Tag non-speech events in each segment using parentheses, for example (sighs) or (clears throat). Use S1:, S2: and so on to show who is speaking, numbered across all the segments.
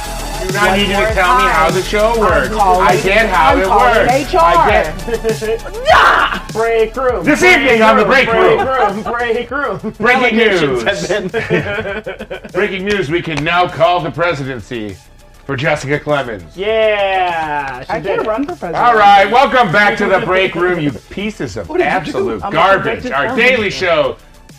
S1: I
S2: one
S1: need you
S2: more
S1: to tell me how
S2: time.
S1: the show works.
S2: calling-
S1: I get how
S2: I'm
S1: it
S2: calling
S1: works.
S2: HR.
S1: I get
S3: Break room.
S1: This evening on the break room.
S3: room. Break (laughs) room.
S1: breaking
S4: Allegations
S1: news.
S4: have been-
S3: (laughs)
S1: Breaking news. We can now call the presidency for Jessica Clemens.
S3: Yeah. She
S2: I
S3: did
S2: can't
S3: it.
S2: run for president.
S1: All right, welcome back to the break room, you pieces of absolute
S2: I'm
S1: garbage.
S2: addicted
S1: Our
S2: to
S1: daily show.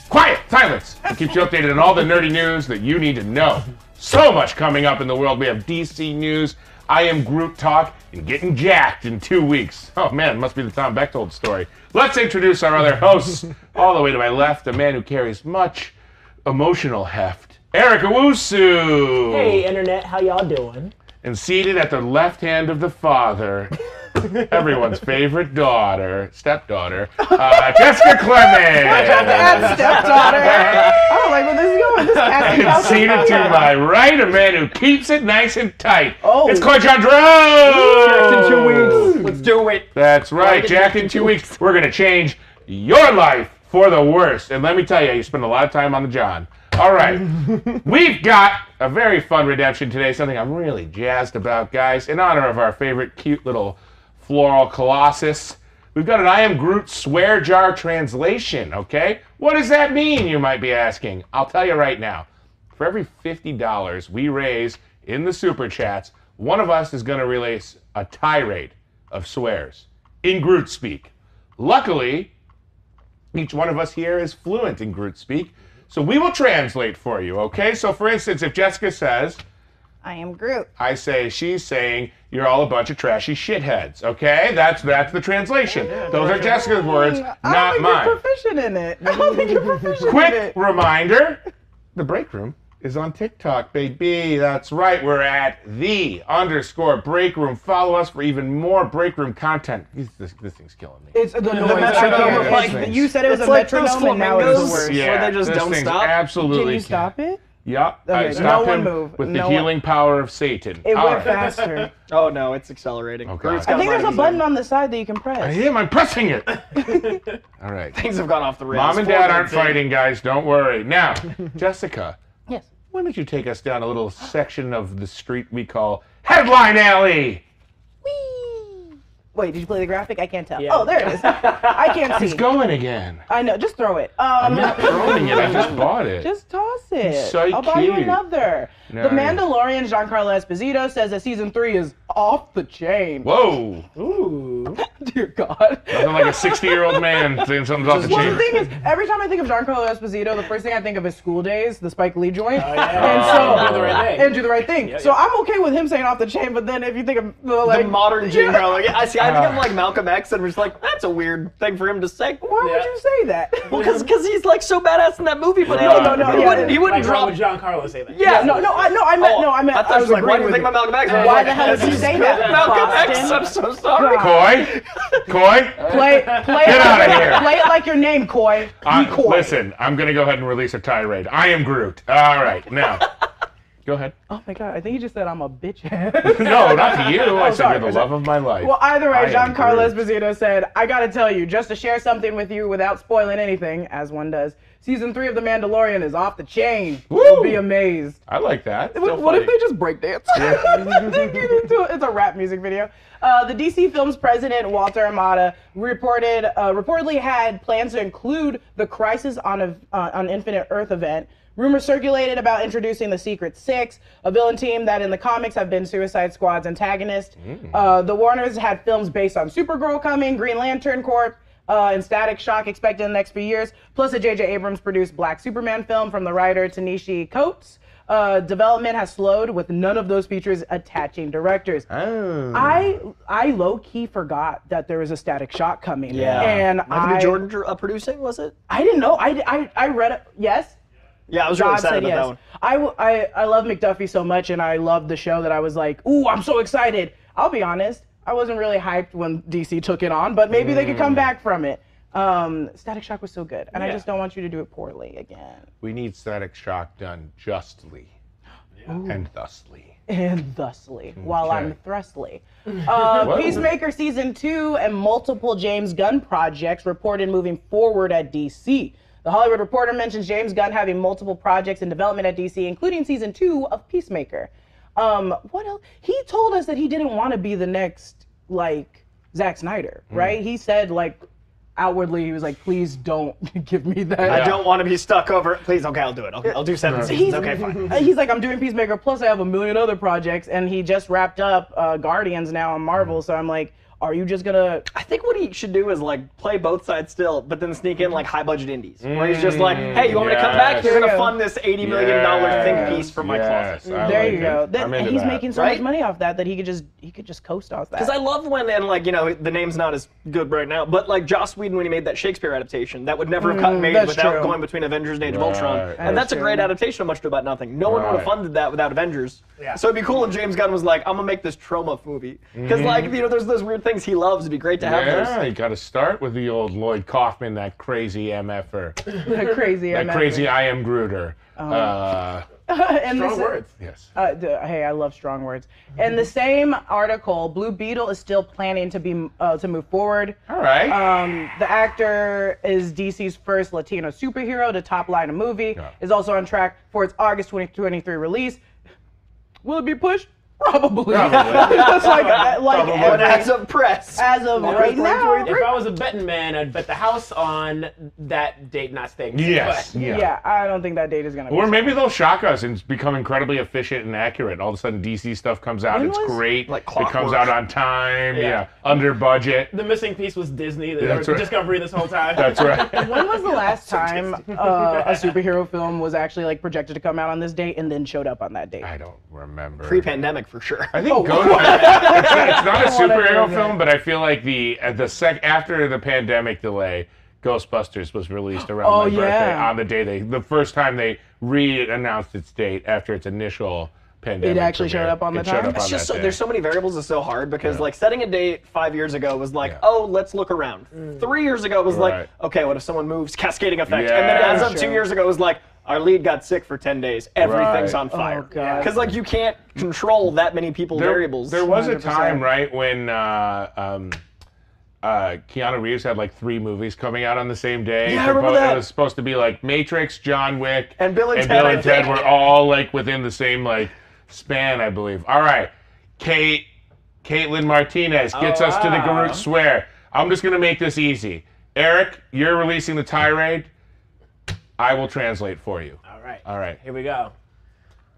S1: Quiet, silence. It keeps you updated on all the nerdy news that you need to know. So much coming up in the world. We have DC news. I am Groot talk and getting jacked in two weeks. Oh man, must be the Tom Bechtold story. Let's introduce our other hosts. All the way to my left, a man who carries much emotional heft, Eric Owusu.
S3: Hey, internet, how y'all doing?
S1: And seated at the left hand of the father, everyone's favorite daughter, stepdaughter, uh, Jessica Clemens.
S2: That stepdaughter. I don't like where this is going.
S1: (laughs)
S2: This casting
S1: And
S2: couch is
S1: seated
S2: not
S1: to
S2: good.
S1: my right, a man who keeps it nice and tight.
S2: Oh.
S1: It's Claude John
S4: in two
S1: Drew.
S4: weeks. Let's do it.
S1: That's right,
S4: Jack
S1: Jack. In two weeks, we're gonna change your life for the worst. And let me tell you, you spend a lot of time on the John. All right, we've got a very fun redemption today. Something I'm really jazzed about, guys. In honor of our favorite cute little floral colossus, we've got an I Am Groot swear jar translation. Okay, what does that mean? You might be asking. I'll tell you right now. For every $50 we raise in the super chats, one of us is going to release a tirade of swears in Groot speak. Luckily, each one of us here is fluent in Groot speak, so we will translate for you, okay? So, for instance, if Jessica says,
S2: I am Groot.
S1: I say, she's saying, you're all a bunch of trashy shitheads, okay? That's that's the translation. Those are Jessica's words,
S2: Mm, I don't
S1: not
S2: think
S1: mine.
S2: You're proficient in it. I don't think you're proficient in
S1: Quick
S2: it.
S1: reminder the break room is on TikTok, baby. That's right. We're at the underscore break room. Follow us for even more break room content. This, this, this thing's killing me.
S2: It's the noise.
S4: metronome
S2: I
S4: of,
S2: can't-
S4: like,
S2: it's- you said it was
S4: it's
S2: a
S4: like those
S2: metronome, and now it's the
S4: flamingos.
S2: worst.
S4: Yeah. Where they just
S1: this
S4: don't
S1: thing's
S4: stop?
S1: Absolutely.
S2: Can you stop it?
S1: Yep.
S2: Okay,
S1: I
S2: no
S1: stopped
S2: one
S1: him
S2: move.
S1: with the
S2: No one-
S1: healing power of Satan.
S2: It
S1: All
S2: went
S1: right. (laughs)
S2: faster.
S4: Oh no, it's accelerating.
S1: Okay.
S4: Groot's
S1: I
S2: I
S4: got
S2: think there's a
S4: mine.
S2: button on the side that you can
S1: I
S2: press.
S1: am. I'm pressing it. (laughs) All right.
S4: Things have gone off the rails.
S1: Mom and
S4: Four
S1: Dad aren't
S4: minutes in.
S1: fighting, guys. Don't worry.
S2: (laughs)
S1: Now, Jessica.
S2: Yes.
S1: Why don't you take us down a little section of the street we call Headline Alley?
S2: Whee! Wait, did you play the graphic? I can't tell.
S3: Yeah.
S2: Oh, there it is. I can't see.
S1: It's going again.
S2: I know. Just throw it.
S1: I'm
S2: Um,
S1: not throwing it. I just bought it.
S2: just toss it.
S1: so
S2: I'll buy you
S1: cute.
S2: another. The
S1: Nice.
S2: Mandalorian Giancarlo Esposito says that season three is off the chain.
S1: Whoa!
S3: Ooh.
S2: Dear God.
S1: Nothing like a 60-year-old man saying something's off the
S2: Well, the
S1: chain.
S2: thing is, every time I think of Giancarlo Esposito, the first thing I think of is school days, the Spike Lee joint,
S1: Oh.
S2: and
S3: Do
S2: so
S3: the right thing.
S2: and do the right thing.
S3: Yeah,
S2: so
S3: yeah.
S2: I'm okay with him saying off the chain, but then if you think of the
S4: The
S2: like
S4: modern Jim
S2: Yeah.
S4: Carrey. I see. I think
S1: Ah.
S4: of like Malcolm X, and we're just like, that's a weird thing for him to say.
S2: why would
S3: Yeah.
S2: you say that?
S4: Well, because he's like so badass in that movie, but
S1: Right.
S4: he,
S1: No,
S4: no,
S1: no,
S4: no,
S1: yeah,
S4: he wouldn't. He
S2: yeah.
S4: wouldn't
S3: Like, why
S4: drop.
S3: would John Carlos say that?
S4: Yeah.
S2: (laughs) no, no, I, no, I meant, no, I meant.
S4: Oh, I thought it was like, why do you think about Malcolm X? I was
S2: Why
S4: like,
S2: the hell would you
S4: "That's
S2: say
S4: good
S2: that,
S4: Malcolm X,
S2: Boston?"
S4: I'm so sorry.
S2: God.
S1: Coy? Coy?
S2: Play, play,
S1: Get
S2: it
S1: outta
S2: like,
S1: here.
S2: play it like your name, Coy.
S1: (laughs) I-
S2: Be Coy.
S1: Uh, listen, I'm going to go ahead and release a tirade. I am Groot. All right, now. (laughs) Go ahead.
S2: Oh my God, I think he just said I'm a bitch.
S1: (laughs) No, not to you. I said
S2: oh, sorry.
S1: you're the love of my life.
S2: (laughs) well, either
S1: I
S2: way,
S1: am
S2: Giancarlo
S1: Groot.
S2: Esposito said, "I gotta tell you, just to share something with you without spoiling anything, as one does. Season three of The Mandalorian is off the chain.
S1: Woo.
S2: You'll be amazed."
S1: I like that.
S2: What, what if they just break dance? (laughs) They get into it. it's a rap music video. Uh, the DC Films president Walter Amada reported uh, reportedly had plans to include the Crisis on a, uh, on Infinite Earth event. Rumors circulated about introducing the Secret Six, a villain team that in the comics have been Suicide Squad's antagonist. Uh, the Warners had films based on Supergirl coming, Green Lantern Corp, uh, and Static Shock expected in the next few years, plus a J.J. Abrams produced Black Superman film from the writer Tanishi Coates. Uh, development has slowed with none of those features attaching directors.
S1: Oh.
S2: I I low key forgot that there was a Static Shock coming.
S4: Yeah.
S2: And
S4: Michael
S2: I
S4: B. Jordan dr- uh, producing was it?
S2: I didn't know. I I, I read it. Yes.
S4: Yeah, I was really
S2: Rob
S4: excited
S2: said
S4: about
S2: yes.
S4: that one.
S2: I, w- I, I love McDuffie so much, and I love the show that I was like, ooh, I'm so excited. I'll be honest, I wasn't really hyped when DC took it on, but maybe they could
S4: Mm.
S2: come back from it. Um, Static Shock was so good, and I
S3: Yeah.
S2: just don't want you to do it poorly again. (laughs)
S1: We need static shock done
S2: (gasps)
S1: justly and thusly.
S2: And thusly,
S4: Mm,
S2: while I'm
S1: Okay.
S2: thrustly. Uh,
S1: Whoa.
S2: Peacemaker season two and multiple James Gunn projects reported moving forward at DC. The Hollywood Reporter mentions James Gunn having multiple projects in development at DC, including season two of Peacemaker. Um, what else? He told us that he didn't want to be the next like Zack Snyder,
S4: Hmm.
S2: right? He said like outwardly he was like, please don't (laughs) give me that.
S4: I don't want to be stuck over. Please, okay, I'll do it. Okay, I'll do seven seasons. Okay, (laughs) fine.
S2: Uh, He's like, I'm doing Peacemaker, plus I have a million other projects, and he just wrapped up uh, Guardians now on
S4: Hmm.
S2: Marvel. So I'm like, are you just gonna?
S4: I think what he should do is like play both sides still, but then sneak in like high budget indies, where he's just like, "Hey, you want me to come back?
S1: Mm, yes.
S4: You're gonna fund this eighty million dollar
S1: Yes,
S4: think piece from my
S1: yes, Mm.
S4: closet."
S1: I
S2: there
S1: like
S2: you
S1: it.
S2: go. That,
S1: I'm
S2: and
S1: into
S2: he's
S1: that.
S2: making so
S4: Right?
S2: much money off that that he could just he could just coast off that.
S4: Because I love when, and like, you know, the name's not as good right now, but like Joss Whedon, when he made that Shakespeare adaptation, that would never have gotten made
S2: that's
S4: without
S2: true.
S4: going between Avengers and Age of
S1: Mm, Right,
S4: Ultron.
S1: that's
S4: And that's a
S2: true.
S4: great adaptation of Much Ado About Nothing. No one would have
S1: Right.
S4: funded that without Avengers.
S3: Yeah.
S4: So it'd be cool if James Gunn was like, I'm going to make this trauma movie. Because, like, you know, there's those weird things he loves. It'd be great to have
S1: Mm-hmm. Yeah,
S4: (laughs) those.
S1: you got to start with the old Lloyd Kaufman, that crazy MFer, that
S4: (laughs)
S2: crazy. I imagine.
S1: crazy I am Gruder. Uh,
S2: and
S3: Strong
S2: this-
S3: words.
S1: yes.
S2: Uh, d- hey, I love strong words. And the same article, Blue Beetle is still planning to be uh, to move forward.
S1: All right.
S2: Um, the actor is DC's first Latino superhero to top line a movie.
S1: Yeah.
S2: Is also on track for its August 2023 release. Will it be pushed? Probably.
S1: Probably.
S2: It's (laughs)
S1: (laughs)
S2: like uh, like
S1: Probably.
S4: But
S2: every-
S4: as of press.
S2: as of right now.
S3: If I was a betting man, I'd bet the house on that date not staying.
S1: yes.
S3: But-
S1: Yeah.
S2: Yeah. I don't think that date is gonna.
S1: Or
S2: be
S1: maybe they'll shock us and become incredibly efficient and accurate. All of a sudden, DC stuff comes out.
S2: When
S1: it's
S2: was-
S1: great.
S4: Like
S1: it comes
S4: clockwork.
S1: out on time. Yeah.
S3: Yeah.
S1: Under budget.
S3: The missing piece was Disney. They
S1: That's
S3: were
S1: right.
S3: Discovery this whole time. (laughs)
S1: That's
S2: (laughs)
S1: right.
S2: When was the last time uh, a superhero film was actually like projected to come out on this date and then showed up on that date?
S1: I don't remember.
S4: Pre pandemic, for sure.
S1: I think
S2: (laughs)
S1: Ghost. it's, not- it's not a
S2: Oh, wanna
S1: superhero
S2: do that.
S1: film, but I feel like the at the sec after the pandemic delay, Ghostbusters was released around
S2: Oh,
S1: my birthday
S2: yeah.
S1: on the day they the first time they re-announced its date after its initial pandemic.
S2: It actually
S1: premiere.
S2: showed up on the
S1: It showed
S2: time?
S1: up
S2: It's
S1: on
S4: It's just
S1: that
S4: so,
S1: day.
S4: there's so many variables. It's so hard because like setting a date five years ago was like,
S1: Yeah.
S4: oh, let's look around. Three years ago was
S1: Right.
S4: like, okay, what if someone moves? Cascading effect. And then
S1: Yeah.
S4: as of two
S2: Sure.
S4: years ago was like, our lead got sick for ten days. Everything's
S1: Right.
S4: on fire.
S2: God.
S4: Because like you can't control that many people variables.
S1: There was a
S2: 100%.
S1: time, right, when uh, um, uh, Keanu Reeves had like three movies coming out on the same day.
S4: Yeah, I
S1: They're both-
S4: remember
S1: It
S4: that.
S1: was supposed to be like Matrix, John Wick,
S4: And Bill and Ted, I
S1: Ted
S4: think.
S1: were all like within the same like span, I believe. All right, Kate, Caitlin Martinez gets us to the
S4: Oh,
S1: Garut swear. I'm just gonna make this easy. Eric, you're releasing the tirade. I will translate for you.
S3: All right.
S1: All right.
S3: Here we go.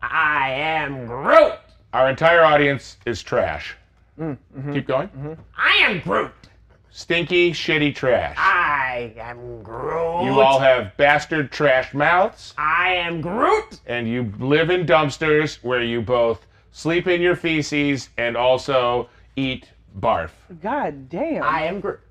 S3: I am Groot.
S1: Our entire audience is trash.
S4: Mm, mm-hmm.
S1: Keep going.
S3: I am Groot.
S1: Stinky, shitty trash.
S3: I am Groot.
S1: You all have bastard trash mouths,
S3: I am Groot.
S1: and you live in dumpsters where you both sleep in your feces and also eat barf.
S2: God damn.
S3: I am Groot.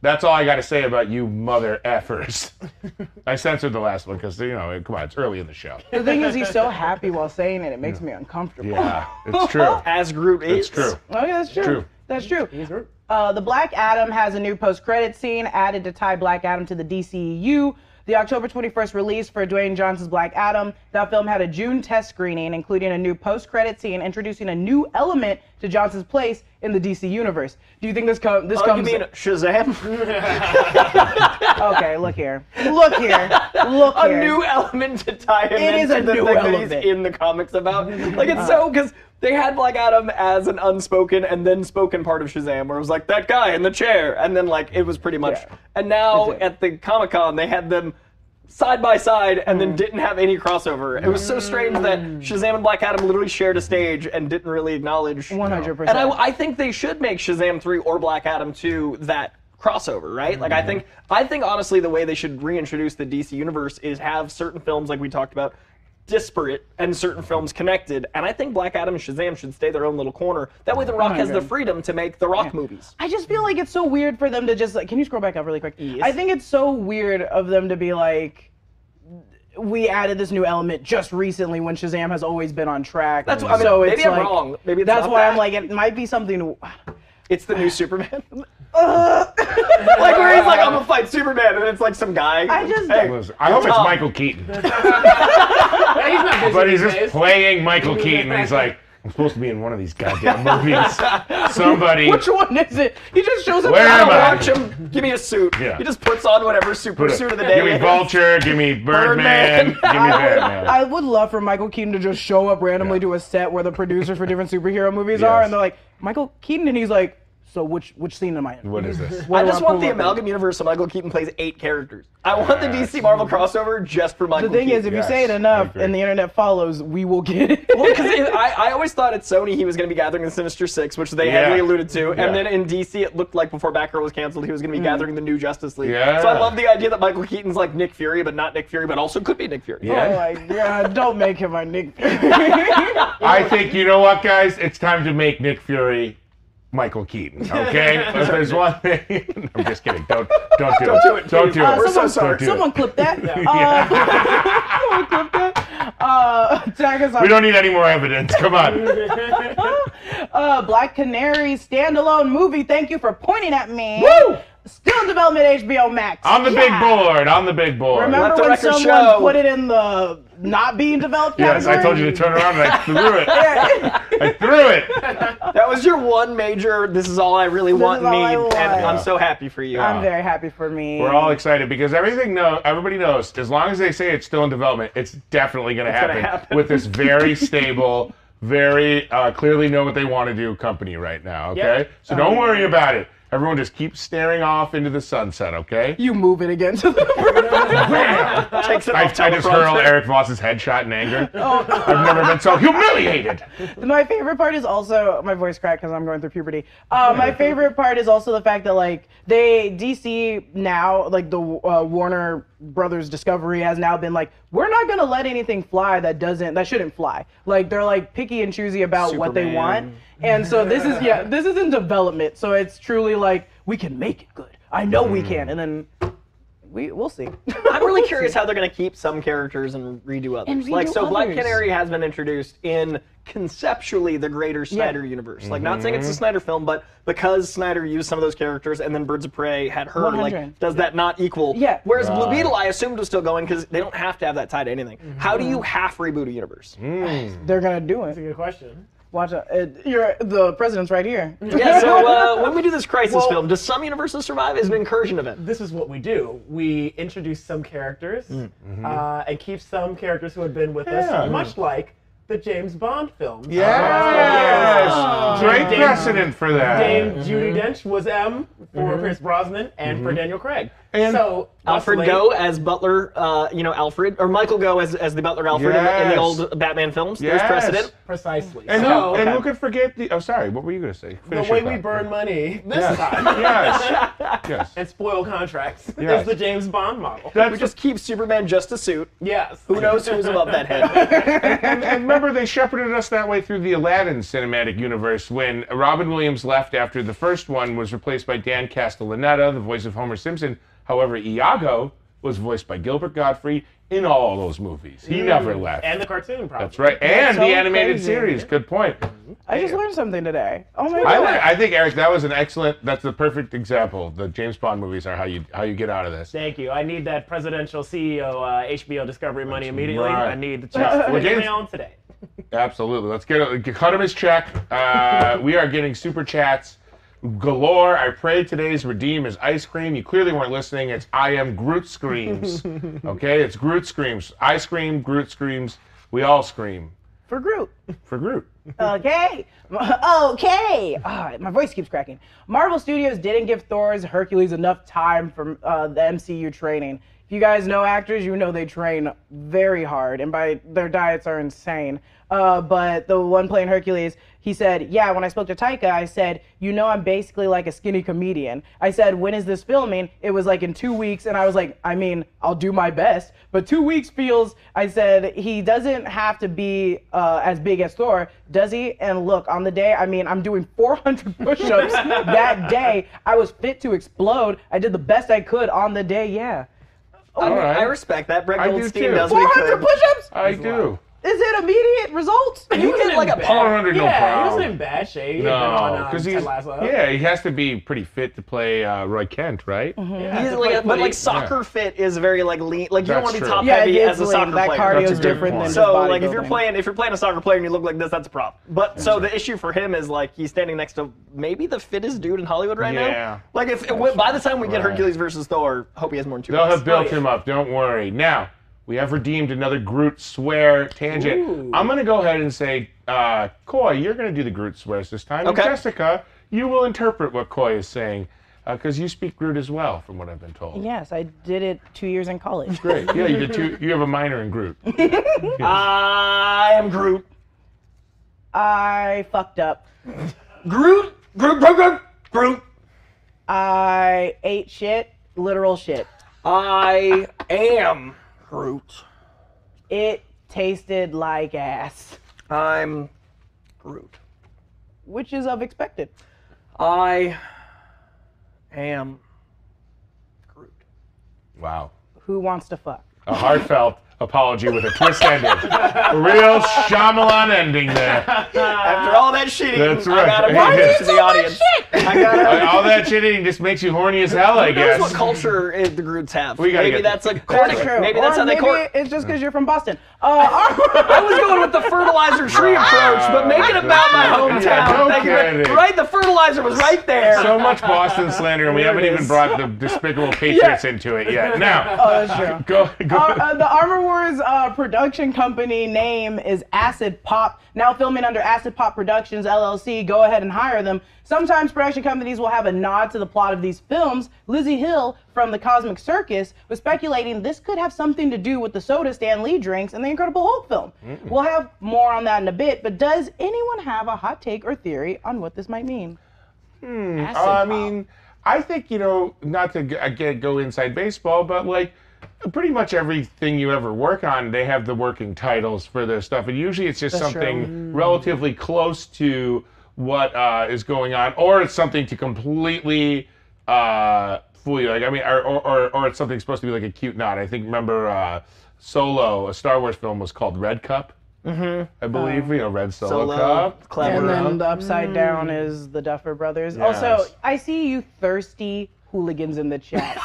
S1: That's all I got to say about you mother effers. (laughs) I censored the last one because, you know, come on, it's early in the show.
S2: the thing is, he's so happy while saying it, it makes me uncomfortable.
S1: Yeah, it's
S2: (laughs)
S1: true.
S4: as Groot is.
S1: It's true.
S2: Oh, yeah, that's true.
S1: True.
S2: That's true.
S1: (laughs)
S3: Groot.
S2: Uh, the Black Adam has a new post-credit scene added to tie Black Adam to the DCEU. The October 21st release for Dwayne Johnson's Black Adam, that film had a June test screening, including a new post-credit scene introducing a new element to Johnson's place in the DC universe. Do you think this comes? This
S4: Oh, you
S2: comes?
S4: mean Shazam?
S2: okay, look here, look here, look
S4: a
S2: here.
S4: new element to tie him
S2: It is
S4: into
S2: a
S4: the
S2: new
S4: thing that
S2: element.
S4: he's in the comics about. Like (laughs) it's so because they had Black Adam as an unspoken and then spoken part of Shazam, where it was like that guy in the chair, and then like it was pretty much.
S2: Yeah.
S4: And now
S2: It's it.
S4: at the Comic Con, they had them side by side and then didn't have any crossover. It was so strange that Shazam and Black Adam literally shared a stage and didn't really acknowledge.
S2: 100%.
S4: And I, I think they should make Shazam 3 or Black Adam 2 that crossover, right? Like
S2: Mm-hmm.
S4: I think I think honestly the way they should reintroduce the DC universe is have certain films like we talked about disparate and certain films connected. And I think Black Adam and Shazam should stay their own little corner. That way the Rock has the
S2: 100.
S4: freedom to make the Rock movies.
S2: I just feel like it's so weird for them to just like. Can you scroll back up really quick?
S4: Yes.
S2: I think it's so weird of them to be like, we added this new element just recently when Shazam has always been on track.
S4: That's what- I mean,
S2: so
S4: maybe
S2: it's
S4: I'm
S2: like-
S4: wrong. Maybe it's
S2: that's
S4: not
S2: why
S4: that.
S2: I'm like, it might be something.
S4: It's the
S2: (sighs) (laughs)
S4: new Superman.
S2: Uh.
S4: like where he's like, I'm gonna fight Superman, and it's like some guy.
S2: I just-
S1: Listen, I hope it's
S4: Tom.
S1: Michael Keaton.
S3: He's not busy
S1: But he's
S3: these
S1: just
S3: days.
S1: playing Michael Keaton. He's like, I'm supposed to be in one of these goddamn movies. Somebody.
S2: (laughs) Which one is it? He just shows up.
S1: Where
S2: and I don't
S1: am I?
S2: watch
S4: Watch him. Give me a suit.
S1: Yeah.
S4: He just puts on whatever super
S1: Put a-
S4: suit of the day.
S1: Give me
S4: is.
S1: Vulture. Give me Birdman.
S4: (laughs) Birdman.
S1: give me
S4: (laughs)
S1: Batman.
S2: I would love for Michael Keaton to just show up randomly
S1: Yeah.
S2: to a set where the producers for different superhero movies are,
S1: Yes.
S2: and they're like, Michael Keaton, and he's like, so which which scene am I in?
S1: what is this?
S4: I
S2: do
S4: just
S2: I
S4: want
S2: pull
S4: the
S2: up in?
S4: amalgam universe so Michael Keaton plays eight characters. I want the DC Marvel crossover just for Michael.
S2: The thing
S4: Keaton. (laughs)
S2: is, if
S1: Yes,
S2: you say it
S1: I
S2: enough
S1: agree.
S2: and the internet follows, we will get it.
S4: well, because
S2: (laughs)
S4: I, I always thought at Sony he was going to be gathering the Sinister Six, which they
S1: Yeah.
S4: heavily alluded to,
S1: Yeah.
S4: and then in DC it looked like before Batgirl was canceled he was
S2: Hmm.
S4: going to be gathering the New Justice League.
S1: Yeah.
S4: So I love the idea that Michael Keaton's like Nick Fury, but not Nick Fury, but also could be Nick Fury.
S1: Yeah.
S2: oh my god, don't make him
S1: (laughs)
S2: my Nick.
S1: (laughs)
S2: (laughs) Uh,
S1: I think you know what, guys. It's time to make Nick Fury Michael
S4: (laughs)
S1: Keaton. Okay, if there's one thing. (laughs) I'm just kidding. Don't don't do it.
S4: do it,
S1: Don't
S4: please.
S1: do
S4: Uh,
S1: it.
S4: We're so
S2: someone,
S4: sorry.
S1: Don't do it.
S2: someone
S1: (laughs)
S2: clip that.
S1: Yeah.
S2: Uh, (laughs) someone clip that. Uh, tag us on
S1: We don't need any more evidence. Come
S4: (laughs)
S1: on.
S2: uh, Black Canary standalone movie. Thank you for pointing at me.
S1: Woo!
S2: Still in development, HBO Max.
S1: On the big
S2: Yeah.
S1: board. On the big board.
S2: Remember
S4: Let the
S2: when
S4: record
S2: someone
S4: show.
S2: put it in the not being developed
S1: Yes,
S2: category?
S1: I told you to turn around and I threw
S4: (laughs)
S1: it. I threw it.
S4: That was your one major. This is all I really want.
S2: is all I
S4: meme,
S2: want.
S4: and
S2: Yeah.
S4: I'm so happy for
S2: (laughs)
S4: you. (laughs)
S2: I'm very happy for me.
S1: We're all excited because everything know everybody knows as long as they say it's still in development, it's definitely going to
S4: gonna
S1: happen,
S4: happen.
S1: with this very stable, very uh, clearly know what they want to do company right now. Okay,
S3: Yep.
S1: so don't worry about it. Everyone just keep staring off into the sunset. Okay.
S2: You move it again
S1: (laughs)
S2: to the.
S1: I,
S4: Takes
S1: (laughs)
S4: it
S1: I
S4: off
S1: just
S4: teleprompter. (laughs)
S1: hurl Eric Voss's headshot in anger. I've never been so humiliated.
S2: my favorite part is also my voice cracked because I'm going through puberty. Uh, my favorite part is also the fact that like they DC now like the uh, Warner Brothers Discovery has now been like we're not gonna let anything fly that doesn't that shouldn't fly. Like they're like picky and choosy about what they
S4: Superman.
S2: want. And so this is yeah this is in development. So it's truly like we can make it good. I know we can. And then we (laughs) we'll see.
S4: I'm really curious how they're going to keep some characters and redo others.
S2: And redo
S4: like, so Black
S2: others.
S4: Canary has been introduced in conceptually the greater Snyder universe. Like, not saying it's
S1: Mm-hmm.
S4: a Snyder film, but because Snyder used some of those characters and then Birds of Prey had her,
S2: 100.
S4: like, does that not equal?
S2: Yeah.
S4: Whereas Blue
S1: Right.
S4: Beetle, I assumed was still going because they don't have to have that tied to anything. How do
S2: Mm-hmm.
S4: you half reboot a universe?
S1: Mm-hmm.
S2: they're gonna do
S3: That's a
S2: it.
S3: good question.
S2: Watch it. It- You're the president's right here.
S4: Yeah,
S2: (laughs)
S4: so uh, when we do this crisis
S3: Well-
S4: film, does some universes survive as an incursion event?
S3: This is what we do. We introduce some characters uh, and keep some characters who have been with
S1: Mm, mm-hmm. Yeah.
S3: us, much like the James Bond films.
S1: Yes,
S3: Oh.
S1: great
S3: Dame-
S1: precedent Mm-hmm. for that.
S3: Dame Judy Dench was M for Pierce Brosnan and for Daniel Craig.
S1: Mm-hmm. And
S3: so
S4: Alfred
S3: Wesley-
S4: Go as Butler, uh, you know Alfred, or Michael Go as, as the Butler Alfred in the- in, the,
S1: Yes.
S4: old Batman films.
S1: Yes.
S4: There's precedent.
S3: precisely.
S1: And, who,
S3: so
S1: and
S4: okay.
S1: who could forget the? Oh, sorry. What were you going to say?
S3: Oh, the
S1: Finish
S3: way
S1: your
S3: we
S1: thought.
S3: burn money this
S1: Yes.
S3: time (laughs)
S1: yes. Yes.
S3: and spoil
S1: (laughs)
S3: contracts
S1: Yes.
S3: is the James Bond model.
S1: That's
S4: We just keep Superman just a suit.
S3: yes.
S4: Who knows who's above
S2: (laughs)
S4: that head?
S1: and, and remember, they shepherded us that way through the Aladdin cinematic universe when Robin Williams left after the first one was replaced by Dan Castellaneta, the voice of Homer Simpson. However, Iago was voiced by Gilbert Godfrey in all those movies. He never left.
S3: And the cartoon problem.
S1: That's right. And
S2: so
S1: the animated
S2: crazy.
S1: series. Good point.
S2: I just learned something today. Oh my
S1: I,
S2: god.
S1: I think Eric, that was an excellent. That's the perfect example. The James Bond movies are how you how you get out of this.
S3: Thank you. I need that presidential CEO uh, HBO Discovery money immediately.
S1: right.
S3: I need the
S1: Yeah.
S3: checks
S1: Well,
S3: immediately
S1: James-
S3: on today.
S1: Absolutely. Let's get it. Cut him his check. Uh, we are getting super chats galore. I pray today's redeem is ice cream. You clearly weren't listening. It's I am Groot screams. Okay, it's Groot screams. I scream. Groot screams. We all scream
S2: For Groot.
S1: for Groot.
S2: (laughs) Okay. Okay. Ah, my voice keeps cracking. Marvel Studios didn't give Thor's Hercules enough time from uh, the MCU training. If you guys know actors, you know they train very hard, and by their diets are insane. Uh, but the one playing Hercules, he said, "Yeah, when I spoke to Taika, I said, you know, I'm basically like a skinny comedian. I said, when is this filming? It was like in two weeks, and I was like, I mean, I'll do my best, but two weeks feels. I said he doesn't have to be uh, as big as Thor, does he? And look, on the day, I mean, I'm doing 400 (laughs) push-ups that day. I was fit to explode. I did the best I could on the day. Yeah,
S4: I, mean,
S1: right.
S4: I respect that. Brett
S1: I do
S4: Goldstein
S1: too.
S4: does what he
S2: 400
S4: could.
S2: push-ups.
S1: I do.
S2: Is it immediate results?
S3: He wasn't
S4: get, like,
S3: in
S4: a
S3: bad-
S1: Paul Rudd, no
S3: yeah,
S1: problem.
S3: He uh, wasn't in bad shape.
S1: No, because
S3: because
S1: he's
S3: Laszlo.
S1: yeah, he has to be pretty fit to play uh, Roy Kent, right?
S3: Yeah,
S4: He's
S3: to
S4: like-
S3: play
S4: but
S3: footy.
S4: like soccer fit is very like lean. Like you
S1: That's
S4: don't want to be
S1: true.
S4: top
S2: Yeah,
S4: heavy
S2: it is
S4: as a
S2: lean.
S4: soccer
S2: That
S4: player.
S2: cardio
S1: That's a
S2: is
S1: good
S2: different
S1: point.
S2: than
S4: So
S2: just
S4: like if you're
S2: bodybuilding.
S4: playing if you're playing a soccer player and you look like this, that's a problem. But so the issue for him is like he's standing next to maybe the fittest dude in Hollywood right
S1: Yeah.
S4: now. Like if it, by the time we get
S1: Right.
S4: Hercules versus Thor, hope he has more than two.
S1: They'll
S4: weeks.
S1: have built him up. Don't worry. Now we have redeemed another Groot swear tangent. I'm gonna go ahead and say, uh, Coy, you're gonna do the Groot swears this time. And
S4: Okay.
S1: Jessica, you will interpret what Coy is saying because you speak Groot as well, from what I've been told.
S2: Yes, I did it two years in college.
S1: Great. Yeah, you did
S4: (laughs)
S1: too. You have a minor in Groot.
S4: I am Groot.
S2: I fucked up.
S4: Groot. Groot. Groot. Groot. Groot.
S2: I ate shit, literal shit.
S4: I am Groot.
S2: It tasted like ass,
S4: I'm Groot.
S2: which is of expected.
S4: I am Groot.
S1: Wow.
S2: Who wants to fuck?
S1: A heartfelt apology with a twist ending. Real Shyamalan ending there.
S4: After all that shit eating,
S1: That's right.
S4: I gotta
S1: Why do
S4: bring
S1: you
S4: this to the audience. I gotta.
S1: Like, all that shit eating just makes you horny as hell, (laughs) I
S4: Who knows what
S1: guess.
S4: culture uh, the Groots have?
S1: We gotta
S4: maybe
S1: get-
S4: that's like courting. Maybe that's
S2: or
S4: how they
S2: maybe
S4: court.
S2: it's just because you're from Boston. Uh, (laughs)
S4: I was going with the
S1: (laughs)
S4: fertilizer tree approach, but make it about my hometown.
S1: Yeah, no
S4: Thank you. Right-
S1: kidding.
S4: Right, the fertilizer was right there.
S1: So much Boston slander, and we haven't even brought the
S2: (laughs)
S1: despicable Patriots into it yet. Now,
S2: oh, that's true.
S1: go, go.
S2: Ar- (laughs) uh, the Armor Wars uh, production company name is Acid Pop. Now filming under Acid Pop Productions LLC. Go ahead and hire them. Sometimes production companies will have a nod to the plot of these films. Lizzie Hill from the Cosmic Circus was speculating this could have something to do with the soda Stan Lee drinks and the Incredible Hulk film. We'll have more on that in a bit. But does anyone have a hot take or theory on what this might mean? Acid
S1: Hmm. I
S2: Pop.
S1: mean, I think you know, not to g- again go inside baseball, but like pretty much everything you ever work on, they have the working titles for their stuff, and usually it's just
S2: That's true. Mm.
S1: something relatively close to what uh, is going on, or it's something to completely uh, fool you. Like I mean, or, or or or it's something supposed to be like a cute nod. I think remember uh, Solo, a Star Wars film, was called Red Cup.
S2: Mm-hmm.
S1: I believe you know Red Solo,
S4: Solo,
S1: Cup.
S4: clever.
S2: Uh, And
S1: Clever.
S2: then the upside down is the Duffer Brothers.
S1: Yes.
S2: Also, I see you thirsty hooligans in the chat.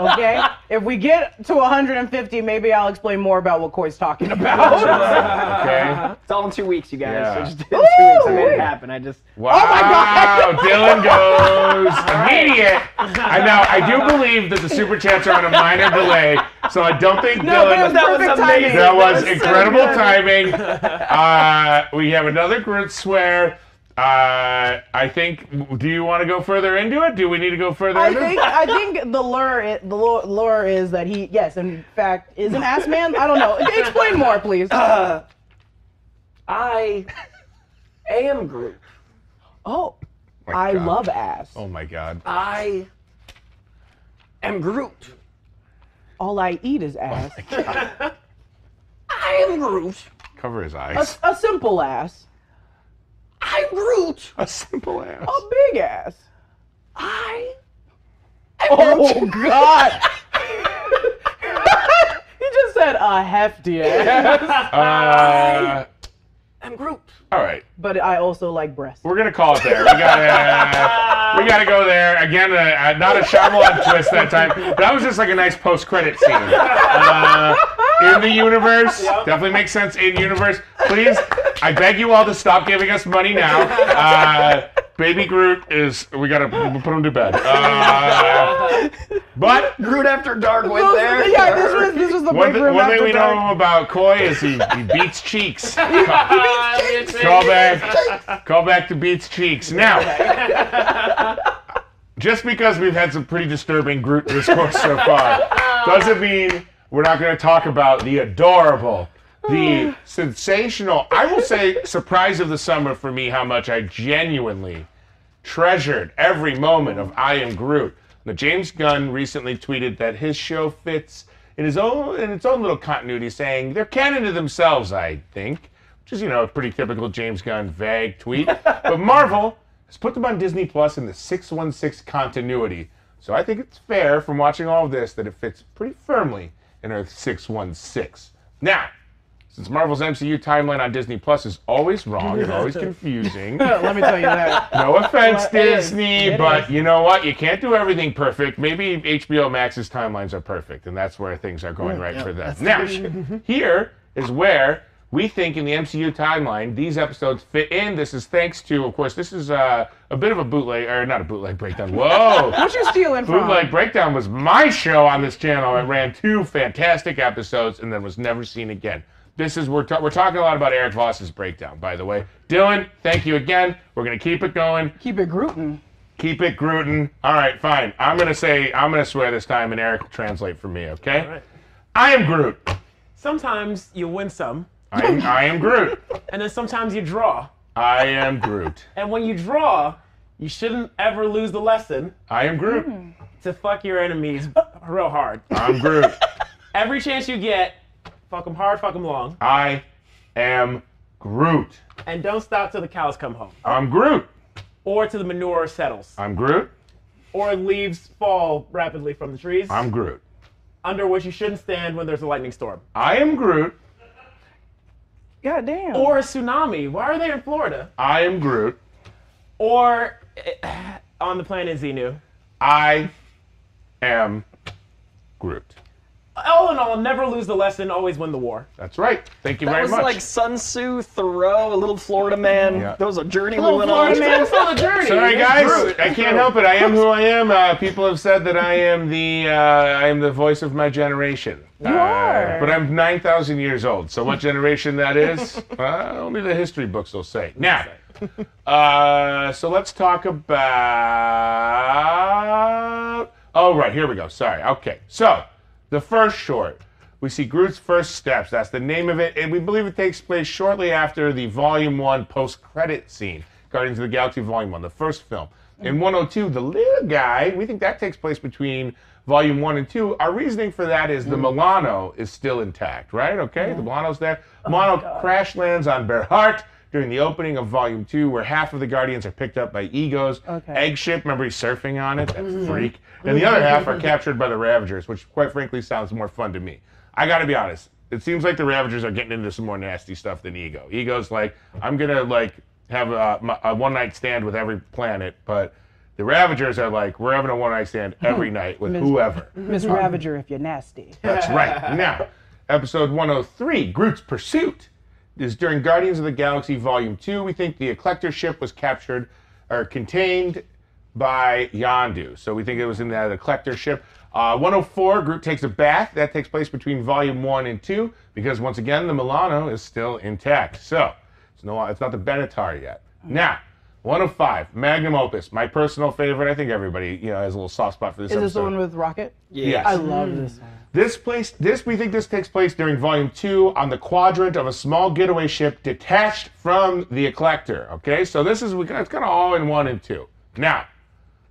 S2: okay? If we get to 150, maybe I'll explain more about what Coy's
S1: (laughs)
S2: talking about.
S1: uh,
S2: (laughs)
S1: okay.
S4: It's all in two weeks, you guys.
S1: Yeah.
S4: I just did two weeks. I made
S2: Ooh.
S4: it happen. I just.
S1: Wow, Dylan goes immediate. I now I do believe that the super chats are on a minor delay, so I don't think
S2: No, but it
S1: Dylan.
S2: was
S4: That was
S2: perfect
S4: amazing.
S2: timing.
S1: that was
S4: so
S1: incredible
S4: good.
S1: timing. Uh, we have another Groot swear. Uh, I think. Do you want to go further into it? Do we need to go further
S2: I
S1: into
S2: think
S1: it?
S2: I think the lure i- the lure, lure is that he yes in fact is an ass man. I don't
S1: (laughs)
S2: know. Explain more, please.
S4: I am Groot.
S2: oh,
S1: Oh my
S2: I
S1: God.
S2: love ass.
S1: Oh my god.
S4: I am Groot.
S2: All I eat is ass.
S1: Oh
S4: I am Groot.
S1: Cover his
S2: A,
S1: eyes.
S2: a simple ass.
S4: I'm Groot.
S1: (laughs) A simple ass.
S2: A big ass.
S4: I.
S2: Oh (laughs) God! he just said a hefty ass.
S1: Uh,
S4: am Groot.
S1: all right.
S2: But I also like breasts.
S1: We're gonna call it there. We gotta, we gotta go there again. Uh, uh, not a Shyamalan twist that time. That was just like a nice post-credit scene. Uh, in the universe, definitely makes sense. In universe, please, I beg you all to stop giving us money now. Uh, Baby Groot is. We gotta put him to bed. Uh, but
S4: Groot after dark went
S2: Those-
S4: there.
S2: yeah, this was this was the
S1: one,
S2: break
S1: th-
S2: room
S1: one
S2: after
S1: thing we
S2: dark.
S1: know about Coy is he, he beats cheeks. Call back, call back to beats cheeks. Now, just because we've had some pretty disturbing Groot discourse so far, doesn't mean we're not going to talk about the adorable, the sensational, I will say, surprise of the summer for me, how much I genuinely treasured every moment of I Am Groot. Now, James Gunn recently tweeted that his show fits in his own in its own little continuity, saying they're canon to themselves. I think, which is you know a pretty typical James Gunn vague tweet. but Marvel has put them on Disney Plus in the 616 continuity, so I think it's fair from watching all of this that it fits pretty firmly in Earth 616. Now, Since Marvel's MCU timeline on Disney Plus is always wrong and always confusing.
S2: Let me tell you that.
S1: No offense,
S2: Well, it is.
S1: Disney,
S2: It
S1: but
S2: is.
S1: you know what? You can't do everything perfect. Maybe HBO Max's timelines are perfect, and that's where things are going right for them. Now, here is where we think in the MCU timeline these episodes fit in. This is thanks to, of course, this is uh, a bit of a bootleg, or not a bootleg breakdown. Whoa!
S2: What you stealing from?
S1: Bootleg Breakdown was my show on this channel. It ran two fantastic episodes and then was never seen again. This is we're, ta- we're talking a lot about Eric Voss's breakdown, by the way. Dylan, thank you again. We're gonna keep it going.
S2: Keep it Grootin.
S1: Keep it Gruden. All right, fine. I'm gonna say I'm gonna swear this time, and Eric will translate for me. Okay?
S3: All right.
S1: I am Groot.
S3: Sometimes you win some,
S1: I am, I am Groot.
S3: and then sometimes you draw.
S1: I am Groot.
S3: And when you draw, you shouldn't ever lose the lesson
S1: I am Groot.
S3: to fuck your enemies real hard.
S1: I'm Groot.
S3: Every chance you get, fuck them hard, fuck them long,
S1: I am Groot.
S3: and don't stop till the cows come home,
S1: I'm Groot.
S3: or till the manure settles,
S1: I'm Groot.
S3: or leaves fall rapidly from the trees,
S1: I'm Groot.
S3: under which you shouldn't stand when there's a lightning storm,
S1: I am Groot.
S2: God damn.
S3: or a tsunami. Why are they in Florida?
S1: I am Groot.
S3: Or eh, on the planet Xenu.
S1: I am Groot.
S3: All in all, never lose the lesson, always win the war.
S1: That's right. Thank you
S4: That
S1: very
S4: was
S1: much.
S4: like Sun Tzu, Thoreau, a little Florida man.
S1: Yeah.
S4: That was a journey we
S2: Little
S4: went
S2: Florida
S4: on.
S2: man.
S3: on the journey.
S1: Sorry,
S3: It's
S1: guys.
S3: Groot.
S1: I can't help it. I am who I am. Uh, people have said that I am the uh, I am the voice of my generation. You
S2: are.
S1: But I'm nine thousand years old. So what generation that is? uh, only the history books will say. Now, uh, so let's talk about. Oh right, here we go. Sorry. Okay, so the first short. We see Groot's first steps. That's the name of it, and we believe it takes place shortly after the Volume One post-credit scene, Guardians of the Galaxy Volume One, the first film. In 102, the little guy. We think that takes place between Volume One and Two. Our reasoning for that is the Milano is still intact, right? Okay, the Milano's there. Milano crash lands on Berhart during the opening of Volume Two, where half of the Guardians are picked up by Egos.
S2: Okay.
S1: Egg ship. Remember he's surfing on it. That freak. And the other half are captured by the Ravagers, which quite frankly sounds more fun to me. I got to be honest. It seems like the Ravagers are getting into some more nasty stuff than Ego. Ego's like, I'm gonna like have a, my- a one night stand with every planet, but the Ravagers are like, we're having a one night stand every night with whoever.
S2: Miss Ravager, if you're nasty.
S1: That's right. Now, episode 103, Groot's Pursuit, is during Guardians of the Galaxy Volume 2. We think the Eclector ship was captured or contained by Yondu. So we think it was in that Eclector ship. Uh, 104, Groot takes a bath. That takes place between Volume 1 and 2 because, once again, the Milano is still intact. So it's, no, it's not the Benatar yet. Now, 105, Magnum Opus, my personal favorite. I think everybody you know has a little soft spot for this
S2: Is
S1: episode.
S2: this the one with Rocket?
S1: Yes.
S2: I love this one.
S1: This place, this we think this takes place during Volume Two on the quadrant of a small getaway ship detached from the Eclector. Okay, so this is we it's kind of all in one and two. Now,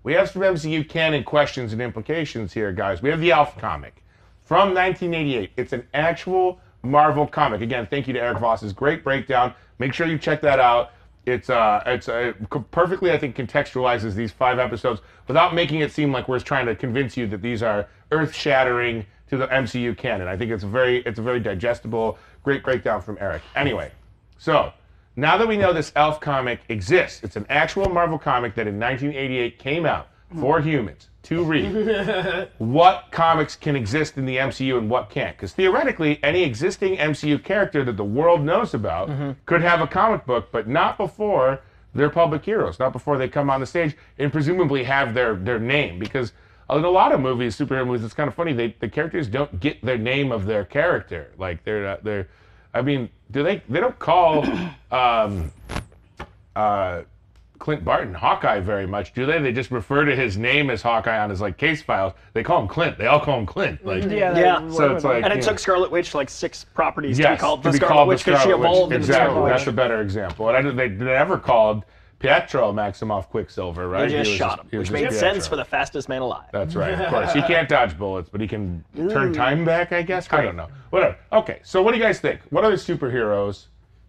S1: we have some MCU canon questions and implications here, guys. We have the Alf comic from 1988. It's an actual Marvel comic. Again, thank you to Eric Voss's great breakdown. Make sure you check that out. It's uh, it's uh, c- perfectly, I think, contextualizes these five episodes without making it seem like we're trying to convince you that these are earth-shattering to the MCU canon. I think it's very, it's a very digestible, great breakdown from Eric. Anyway, so now that we know this elf comic exists, it's an actual Marvel comic that in 1988 came out for humans to read. what comics can exist in the MCU and what can't? Because theoretically, any existing MCU character that the world knows about could have a comic book, but not before they're public heroes, not before they come on the stage and presumably have their, their name. Because in a lot of movies, superhero movies, it's kind of funny. They, the characters don't get their name of their character. Like they're not, they're, I mean, do they? They don't call um, uh, Clint Barton Hawkeye very much, do they? They just refer to his name as Hawkeye on his like case files. They call him Clint. They all call him Clint. Like,
S2: Yeah. that-
S4: Yeah.
S1: So it's like,
S4: And it
S1: yeah.
S4: took Scarlet Witch like six properties to
S1: Yes,
S4: be called the Scarlet Witch because she
S1: Scarlet Witch.
S4: evolved into
S1: Exactly,
S4: Scarlet
S1: that's
S4: Witch.
S1: a better example. And I don't- they they never called Pietro Maximoff Quicksilver, right?
S4: They just
S1: He was
S4: shot him,
S1: he was
S4: which
S1: just
S4: made
S1: Pietro.
S4: sense for the fastest man alive.
S1: That's right,
S4: (laughs)
S1: of course. He can't dodge bullets, but he can turn time back, I guess. I don't know. Whatever. Okay, so what do you guys think? What other superheroes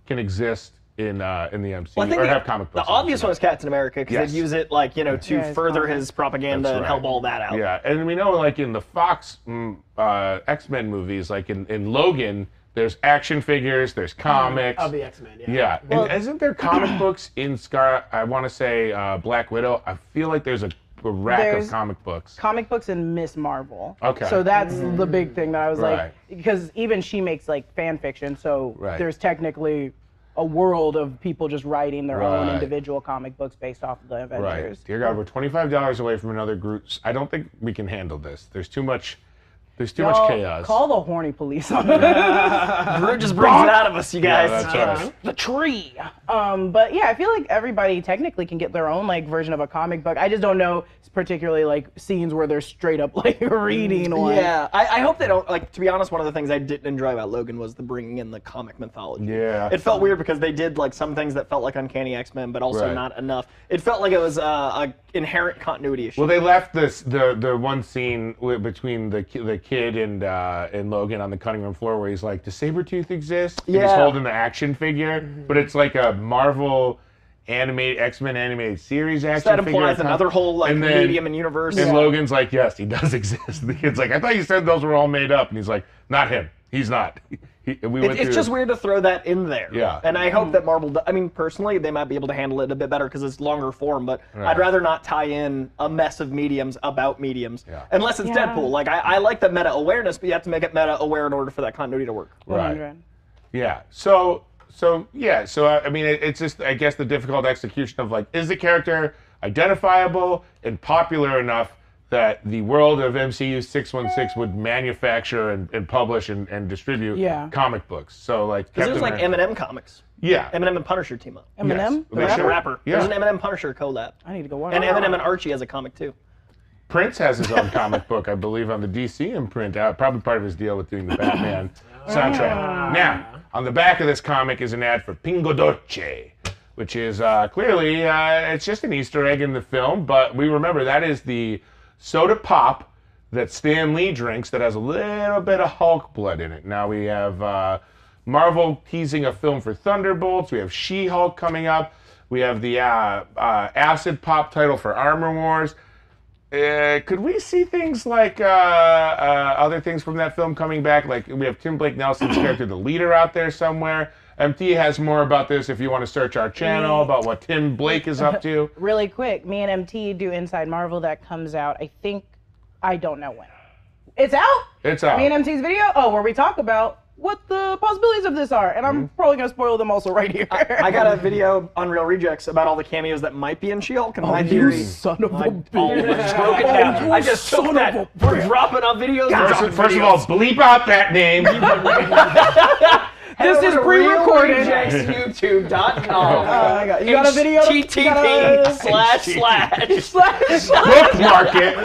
S1: can exist in uh, in the MCU
S4: Well, I think
S1: or
S4: the,
S1: have comic
S4: the
S1: books?
S4: obvious one is Captain America because
S1: Yes.
S4: they'd use it like you know to
S2: Yeah, it's
S4: further
S2: comic.
S4: his propaganda and
S1: right.
S4: help all that out.
S1: Yeah, and we know like in the Fox mm, uh, X Men movies, like in, in Logan, There's action figures. There's
S4: Mm-hmm.
S1: comics.
S3: Of the X Men, yeah.
S1: Yeah, and isn't there
S4: (clears throat)
S1: comic books in Scar? I want to say uh, Black Widow. I feel like there's a, a rack
S2: There's-
S1: of comic books.
S2: comic books and Miss Marvel.
S1: Okay.
S2: So that's the big thing that I was
S1: Right.
S2: like, because even she makes like fan fiction, so
S1: Right.
S2: there's technically a world of people just writing their own
S1: Right.
S2: individual comic books based off of the Avengers.
S1: Right. Dear God, we're twenty-five dollars away from another group. I don't think we can handle this. There's too much. There's too
S2: Y'all
S1: much chaos.
S2: Call the horny police on it.
S4: Groot just brings it out of us, you
S1: yeah,
S4: guys.
S1: that's right.
S2: the tree. Um, but yeah, I feel like everybody technically can get their own like version of a comic book. I just don't know particularly like scenes where they're straight up (laughs) like reading one.
S4: Yeah, I, I hope they don't like. To be honest, one of the things I didn't enjoy about Logan was the bringing in the comic mythology.
S1: Yeah.
S4: it felt weird because they did like some things that felt like uncanny X Men, but also
S1: Right.
S4: not enough. It felt like it was uh, a inherent continuity issue.
S1: Well, they left this the the one scene wi- between the ki- the kid and uh, and Logan on the cutting room floor where he's like, "Does Sabretooth exist?" And he's
S4: Yeah.
S1: holding the action figure, but it's like a Marvel animated X Men animated series action
S4: that
S1: figure.
S4: implies another whole like
S1: And then-
S4: medium and universe.
S1: And Logan's like, "Yes, he does (laughs) exist." The kid's like, "I thought you said those were all made up," and he's like, "Not him. He's not." (laughs) He, we
S4: It-
S1: went
S4: it's
S1: through-
S4: just weird to throw that in there.
S1: Yeah.
S4: And I hope that Marvel. do- I mean, personally, they might be able to handle it a bit better because it's longer form. But
S1: Right.
S4: I'd rather not tie in a mess of mediums about mediums,
S1: Yeah.
S4: unless it's
S2: Yeah.
S4: Deadpool. Like I, I like the meta awareness, but you have to make it meta aware in order for that continuity to work.
S1: right. Yeah. So so yeah. So I, I mean, it, it's just I guess the difficult execution of like, is the character identifiable and popular enough that the world of MCU 616 would manufacture and, and publish and, and distribute
S2: Yeah.
S1: comic books. So like
S4: Because it was like
S1: America-
S4: Eminem comics.
S1: Yeah.
S4: Eminem and Punisher team up.
S2: Eminem?
S1: Yes.
S2: The
S1: They
S4: Rapper.
S1: sure-
S4: rapper.
S1: Yeah.
S4: There's an Eminem Punisher collab.
S2: I need to go watch
S4: And
S2: that.
S4: Eminem and Archie has a comic too.
S1: Prince has his own comic book, I believe, on the DC imprint. Uh, probably part of his deal with doing the Batman soundtrack. Now, on the back of this comic is an ad for Pingo Dolce, which is uh, clearly uh, it's just an Easter egg in the film, but we remember that is the soda pop that Stan Lee drinks that has a little bit of Hulk blood in it. Now we have uh, Marvel teasing a film for Thunderbolts. We have She-Hulk coming up. We have the uh, uh, acid pop title for Armor Wars. Uh, could we see things like uh, uh, other things from that film coming back? Like we have Tim Blake Nelson's character, the leader, out there somewhere. MT has more about this if you want to search our channel about what Tim Blake is up to.
S2: really quick, me and MT do Inside Marvel that comes out. I think I don't know when. It's out.
S1: It's out.
S2: Me and MT's video. Oh, where we talk about what the possibilities of this are, and I'm probably gonna spoil them also right here.
S4: I got a video on Real Rejects about all the cameos that might be in She-Hulk, and my theory.
S2: (laughs) Oh, son of a
S4: Almost broke it down. I just took that. We're dropping on videos. we're dropping
S1: First, first of
S4: videos.
S1: all, bleep out that name.
S2: This is
S4: Go to
S2: pre-recorded. (laughs) Uh,
S4: realrejectsyoutube.com.
S2: I got- you got a video? You got (laughs)
S4: HTTP
S2: a-
S4: slash slash.
S2: (laughs)
S1: Bookmark it,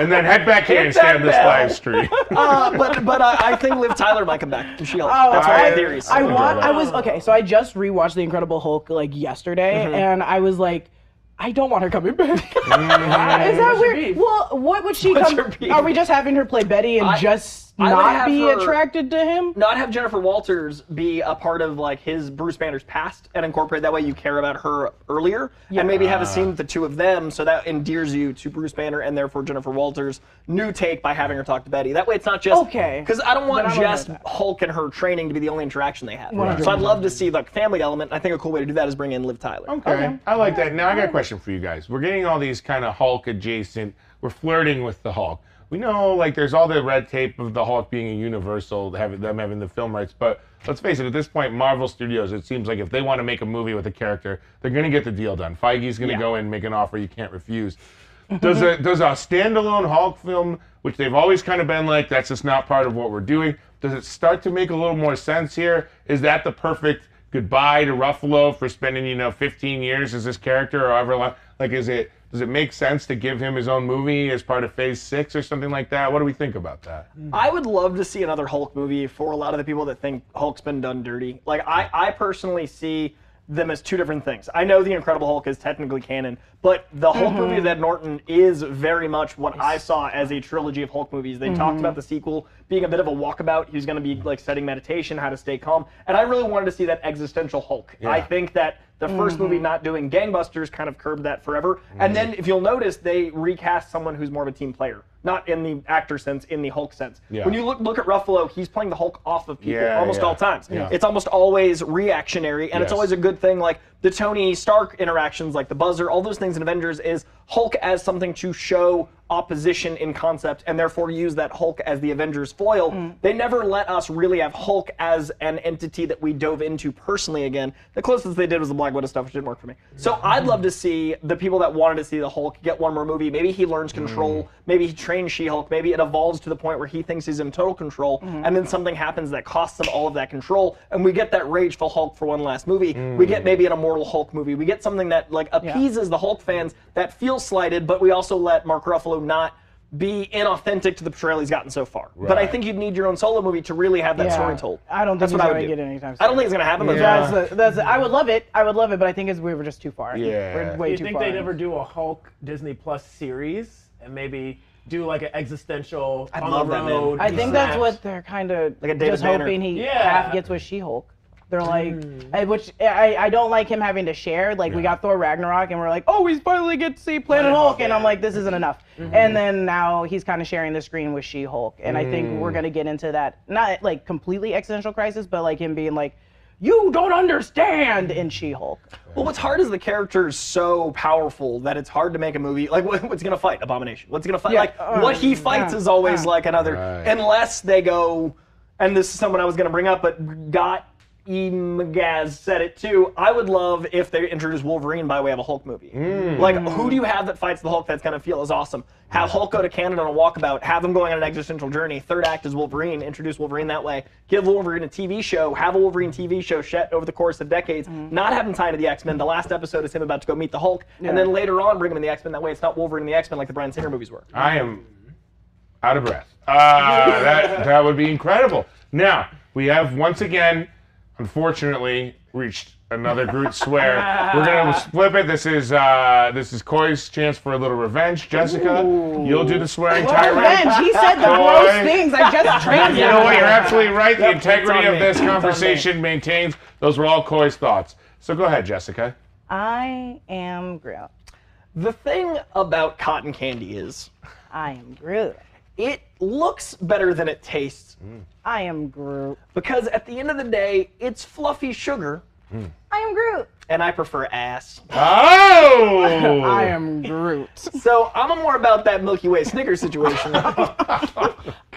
S1: and then head back here and stay on this live stream.
S4: Uh, but but uh, I think Liv Tyler might come back from She-Hulk. That's one of
S1: I-
S4: my theories.
S2: Oh, I
S1: Something
S2: want.
S1: like that.
S2: I was okay. So I just rewatched The Incredible Hulk like yesterday, and I was like, I don't want her coming back. (laughs) Ah,
S3: Ah,
S2: Is that
S3: should
S2: weird?
S3: be.
S2: Well, what would she
S4: What's
S2: come?
S4: her beef?
S2: Are we just having her play Betty and
S4: I-
S2: just
S4: I would
S2: not
S4: have
S2: be
S4: her-
S2: attracted to him?
S4: not have Jennifer Walters be a part of like his Bruce Banner's past and incorporate that way you care about her earlier and maybe have a scene with the two of them so that endears you to Bruce Banner and therefore Jennifer Walters new take by having her talk to Betty that way it's not just
S2: Okay.
S4: because I don't want
S2: Then I don't
S4: just
S2: know that.
S4: Hulk and her training to be the only interaction they have so I'd love to see the family element I think a cool way to do that is bring in Liv Tyler
S1: Okay. I like that. Now I got a question for you guys. We're getting all these kind of Hulk adjacent. We're flirting with the Hulk. We know like there's all the red tape of the Hulk being a universal, having them having the film rights, but let's face it, at this point, Marvel Studios, it seems like if they want to make a movie with a character, they're gonna get the deal done. Feige's gonna
S4: Yeah.
S1: go in, make an offer you can't refuse. Does a does a standalone Hulk film, which they've always kind of been like, that's just not part of what we're doing, does it start to make a little more sense here? Is that the perfect goodbye to Ruffalo for spending you know 15 years as this character or however long? Like, is it does it make sense to give him his own movie as part of Phase Six or something like that? What do we think about that?
S4: I would love to see another Hulk movie for a lot of the people that think Hulk's been done dirty. Like I, I personally see them as two different things. I know the Incredible Hulk is technically canon, But the Hulk movie of Ed Norton is very much what I saw as a trilogy of Hulk movies. They talked about the sequel being a bit of a walkabout. He was going to be like studying meditation, how to stay calm, and I really wanted to see that existential Hulk. I think that the 1st movie
S1: Mm-hmm.
S4: not doing gangbusters kind of curbed that forever. And then if you'll notice, they recast someone who's more of a team player, not in the actor sense, in the Hulk sense.
S1: Yeah.
S4: When you look look at Ruffalo, he's playing the Hulk off of people
S1: Yeah,
S4: almost
S1: yeah.
S4: all times.
S1: Yeah.
S4: It's almost always reactionary, and
S1: Yes.
S4: it's always a good thing. Like the Tony Stark interactions, like the buzzer, all those things in Avengers is Hulk as something to show opposition in concept, and therefore use that Hulk as the Avengers foil. They never let us really have Hulk as an entity that we dove into personally again. The closest they did was the Black Widow stuff, which didn't work for me. So I'd love to see the people that wanted to see the Hulk get one more movie. Maybe he learns
S2: Mm.
S4: control. Maybe he trains She-Hulk. Maybe it evolves to the point where he thinks he's in total control,
S2: Mm-hmm.
S4: and then something happens that costs him all of that control, and we get that rageful Hulk for one last movie. We
S2: Mm.
S4: get maybe an immortal Hulk movie. We get something that like appeases the Hulk fans that feel slighted, but we also let Mark Ruffalo not be inauthentic to the portrayal he's gotten so far. But I
S1: Right.
S4: think you'd need your own solo movie to really have that
S2: Yeah.
S4: story told.
S2: I don't think
S4: That's
S2: he's
S4: what I would
S2: gonna
S4: do.
S2: get it anytime
S4: I don't
S2: soon.
S4: think he's gonna happen. but
S1: Yeah.
S4: that's-
S2: That's, the, that's the- I would love it. I would love it, but I think it's, we were just too far.
S1: Yeah.
S2: We're way
S3: you
S2: too
S3: think
S2: far.
S3: they never do a Hulk Disney Plus series and maybe do like an existential on
S4: love
S3: the
S4: that, man.
S3: road?
S2: I think that's
S3: slash-
S2: what they're kind of
S4: Like a David
S2: just
S4: Banner.
S2: hoping he
S3: Yeah.
S2: half gets with She-Hulk. They're like, I- which I, I don't like him having to share. Like we
S1: Yeah.
S2: got Thor Ragnarok, and we're like, oh, we finally get to see Planet Hulk, and I'm like, this isn't enough. And then now he's kind of sharing the screen with She-Hulk, and I think we're gonna get into that not like completely existential crisis, but like him being like, you don't understand in She-Hulk.
S4: Well, what's hard is the character is so powerful that it's hard to make a movie. Like, (laughs) what, what's he gonna fight? Abomination. What's he gonna fight?
S2: Yeah,
S4: Like,
S2: uh,
S4: what he fights
S2: yeah,
S4: is always
S2: yeah.
S4: like another,
S1: Right.
S4: unless they go. And this is someone I was gonna bring up, but got Emgaz said it too. I would love if they introduced Wolverine by way of a Hulk movie. Like, who do you have that fights the Hulk that's gonna feel is awesome? Have Hulk go to Canada on a walkabout, have him going on an existential journey. Third act is Wolverine. Introduce Wolverine that way. Give Wolverine a TV show. Have a Wolverine TV show set over the course of decades. Not have him tied to the X Men. The last episode is him about to go meet the Hulk, and then later on bring him in the X Men. That way, it's not Wolverine and the X Men like the Brian Singer movies were.
S1: I am out of breath. Ah,
S4: (laughs)
S1: that that would be incredible. Now we have once again, unfortunately, reached another Groot swear. We're
S4: (laughs)
S1: gonna flip it. This is uh, this is Coy's chance for a little revenge. Jessica, you'll do the swearing
S2: Oh,
S1: tirade.
S2: man, he said the
S1: Boy.
S2: gross things. I just translated.
S1: You know what? You're absolutely right. The
S4: Yep, it's
S1: integrity
S4: on
S1: of
S4: me.
S1: this
S4: It's on me.
S1: conversation maintains. Those were all Coy's thoughts. So go ahead, Jessica.
S2: I am Groot.
S4: The thing about cotton candy is,
S2: I am Groot.
S4: it looks better than it tastes
S2: I am Groot.
S4: because at the end of the day, it's fluffy sugar,
S2: I am Groot.
S4: and I prefer ass.
S1: Oh,
S4: (laughs)
S2: I am Groot.
S4: So I'm more about that Milky Way
S1: (laughs)
S4: Snickers situation.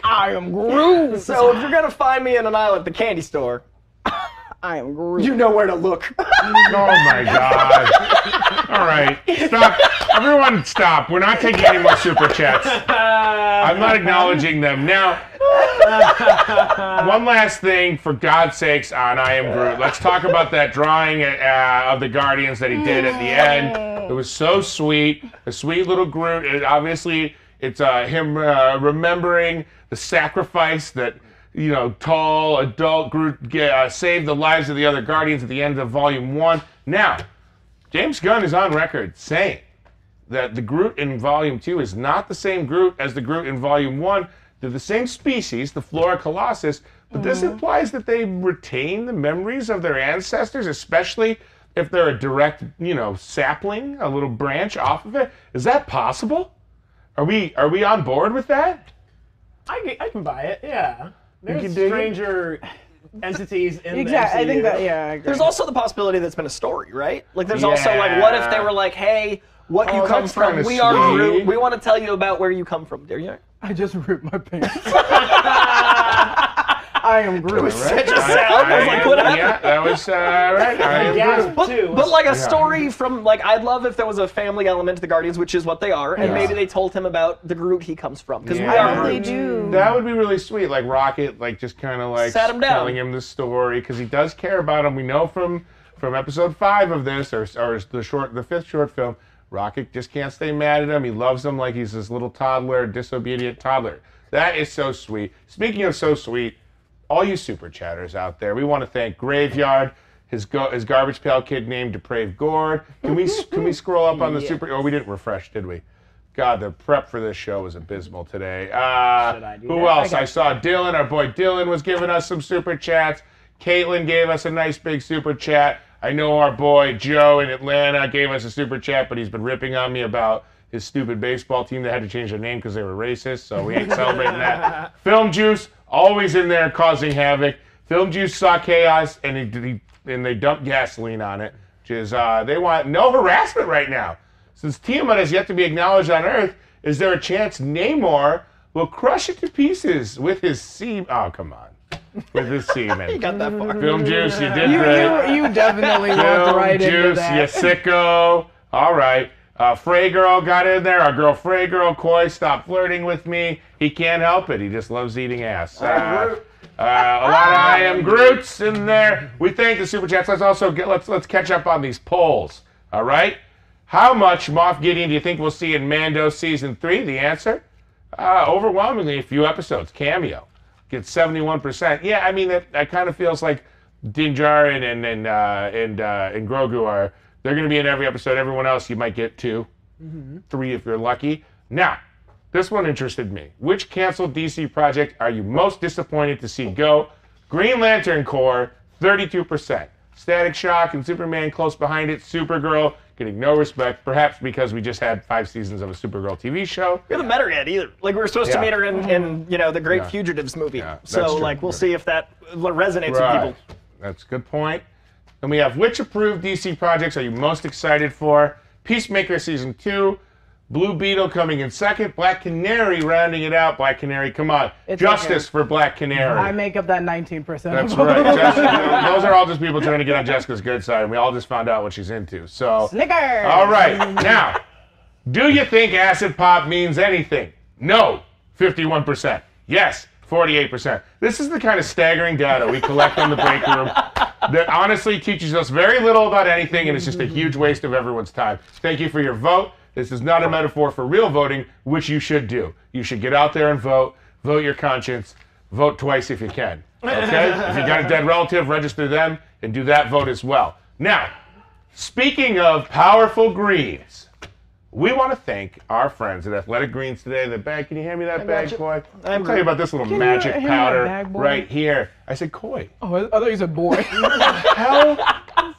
S2: I am Groot.
S4: so if you're gonna find me in an aisle at the candy store,
S2: (laughs) I am Groot.
S4: you know where to look. (laughs)
S1: Oh my God. All right. Stop. Everyone, stop. We're not taking any more super chats. I'm not acknowledging them. Now, one last thing, for God's sakes, on I Am Groot. Let's talk about that drawing uh, of the Guardians that he did at the end. It was so sweet. A sweet little Groot. It, obviously, it's uh, him uh, remembering the sacrifice that. You know, tall adult Groot uh, saved the lives of the other Guardians at the end of Volume One. Now, James Gunn is on record saying that the Groot in Volume 2 is not the same Groot as the Groot in Volume 1. They're the same species, the Flora Colossus, but this implies that they retain the memories of their ancestors, especially if they're a direct, you know, sapling, a little branch off of it. Is that possible? Are we are we on board with that?
S3: I can, I can buy it. Yeah.
S1: can
S3: There's
S1: dig it?
S3: stranger entities in
S2: Exactly.
S3: the
S2: I
S3: MCU.
S2: think that. Yeah. I agree.
S4: There's also the possibility that's been a story, right? Like there's also like, what if they were like, hey, what
S1: Oh,
S4: you come
S1: that's
S4: from?
S1: kinda
S4: We are
S1: sweet.
S4: Groot. We want to tell you about where you come from. There you are.
S2: I just ripped my pants. I am Groot.
S1: Right?
S4: a sound. I was like, what happened?
S1: yeah, that was uh, right. I am Groot.
S3: Gasp,
S4: But,
S3: too.
S4: but like a story from like I'd love if there was a family element to the Guardians, which is what they are, and
S1: Yeah.
S4: maybe they told him about the Groot he comes from because we
S1: Yeah.
S4: are
S2: They
S4: Groot.
S2: do.
S1: That would be really sweet. Like Rocket, like just kind of like
S4: Sat him down.
S1: telling him the story because he does care about him. We know from from episode five of this, or or the short, the fifth short film, Rocket just can't stay mad at him. He loves him like he's this little toddler, disobedient toddler. That is so sweet. Speaking of so sweet, all you super chatters out there, we want to thank Graveyard, His go- his garbage pail kid named Depraved Gord. Can we s-
S3: (laughs)
S1: can we scroll up on the
S3: Yes.
S1: super? Oh, we didn't refresh, did we? God, the prep for this show was abysmal today. Uh,
S3: Should I do
S1: who
S3: that?
S1: else? I saw Dylan. Our boy Dylan was giving us some super chats. Caitlin gave us a nice big super chat. I know our boy Joe in Atlanta gave us a super chat, but he's been ripping on me about his stupid baseball team that had to change their name because they were racist. So we ain't celebrating that. Film Juice always in there causing havoc. Film Juice saw chaos and he, he and they dumped gasoline on it, which is uh, they want no harassment right now. Since Tiamat has yet to be acknowledged on Earth, is there a chance Namor will crush it to pieces with his seam? Oh, come on. With his semen.
S4: Got that far.
S1: Film juice, you did
S2: You,
S1: great.
S2: you,
S1: (laughs)
S2: you definitely walked
S1: Film
S2: right into
S1: juice,
S2: that.
S1: you sicko. All right. Uh, Frey girl got in there. Our girl Frey girl, Coy, stop flirting with me. He can't help it. He just loves eating ass. Uh, uh, a lot of I am Groot's in there. We thank the super chats. Let's also get let's let's catch up on these polls. All right. How much Moff Gideon do you think we'll see in Mando season three? The answer, uh, overwhelmingly, a few episodes. Cameo gets seventy-one percent. Yeah, I mean that, that kind of feels like Din Djarin and and uh, and uh, and Grogu are they're going to be in every episode. Everyone else, you might get 2 three if you're lucky. Now, this one interested me. Which canceled DC project are you most disappointed to see go? Green Lantern Corps, 32%. Static Shock and Superman close behind it. Supergirl getting no respect, perhaps because we just had five seasons of a Supergirl TV show.
S4: We haven't met her yet either. Like we were supposed
S1: Yeah.
S4: to meet her in, in you know the Great
S1: Yeah.
S4: Fugitives movie.
S1: that's
S4: so
S1: true.
S4: like we'll
S1: Yeah.
S4: see if that resonates with people.
S1: That's a good point. And we have which approved DC projects are you most excited for? Peacemaker season two, Blue Beetle coming in second, Black Canary rounding it out. Black Canary, come on,
S2: It's
S1: justice for Black Canary.
S2: I make up that 19%. (laughs)
S1: That's right. Jessica, those are all just people trying to get on Jessica's good side, and we all just found out what she's into. So,
S2: Snickers.
S1: all right, now, do you think acid pop means anything? No, 51%. Yes, 48%. This is the kind of staggering data we collect on the break room that honestly teaches us very little about anything, and it's just a huge waste of everyone's time. Thank you for your vote. This is not a metaphor for real voting, which you should do. You should get out there and vote, vote your conscience, vote twice if you can. Okay? if you got a dead relative, register them and do that vote as well. Now, Speaking of powerful greens, we want to thank our friends at Athletic Greens today. in The bag, can you hand me that bag,
S2: you.
S1: boy? I'm tell you about this little
S2: Can you
S1: magic
S2: hand me that
S1: powder
S2: bag, boy?
S1: right here. I said, Coy,
S2: Oh, I thought you said
S1: (laughs)
S2: boy. (laughs)
S1: hell,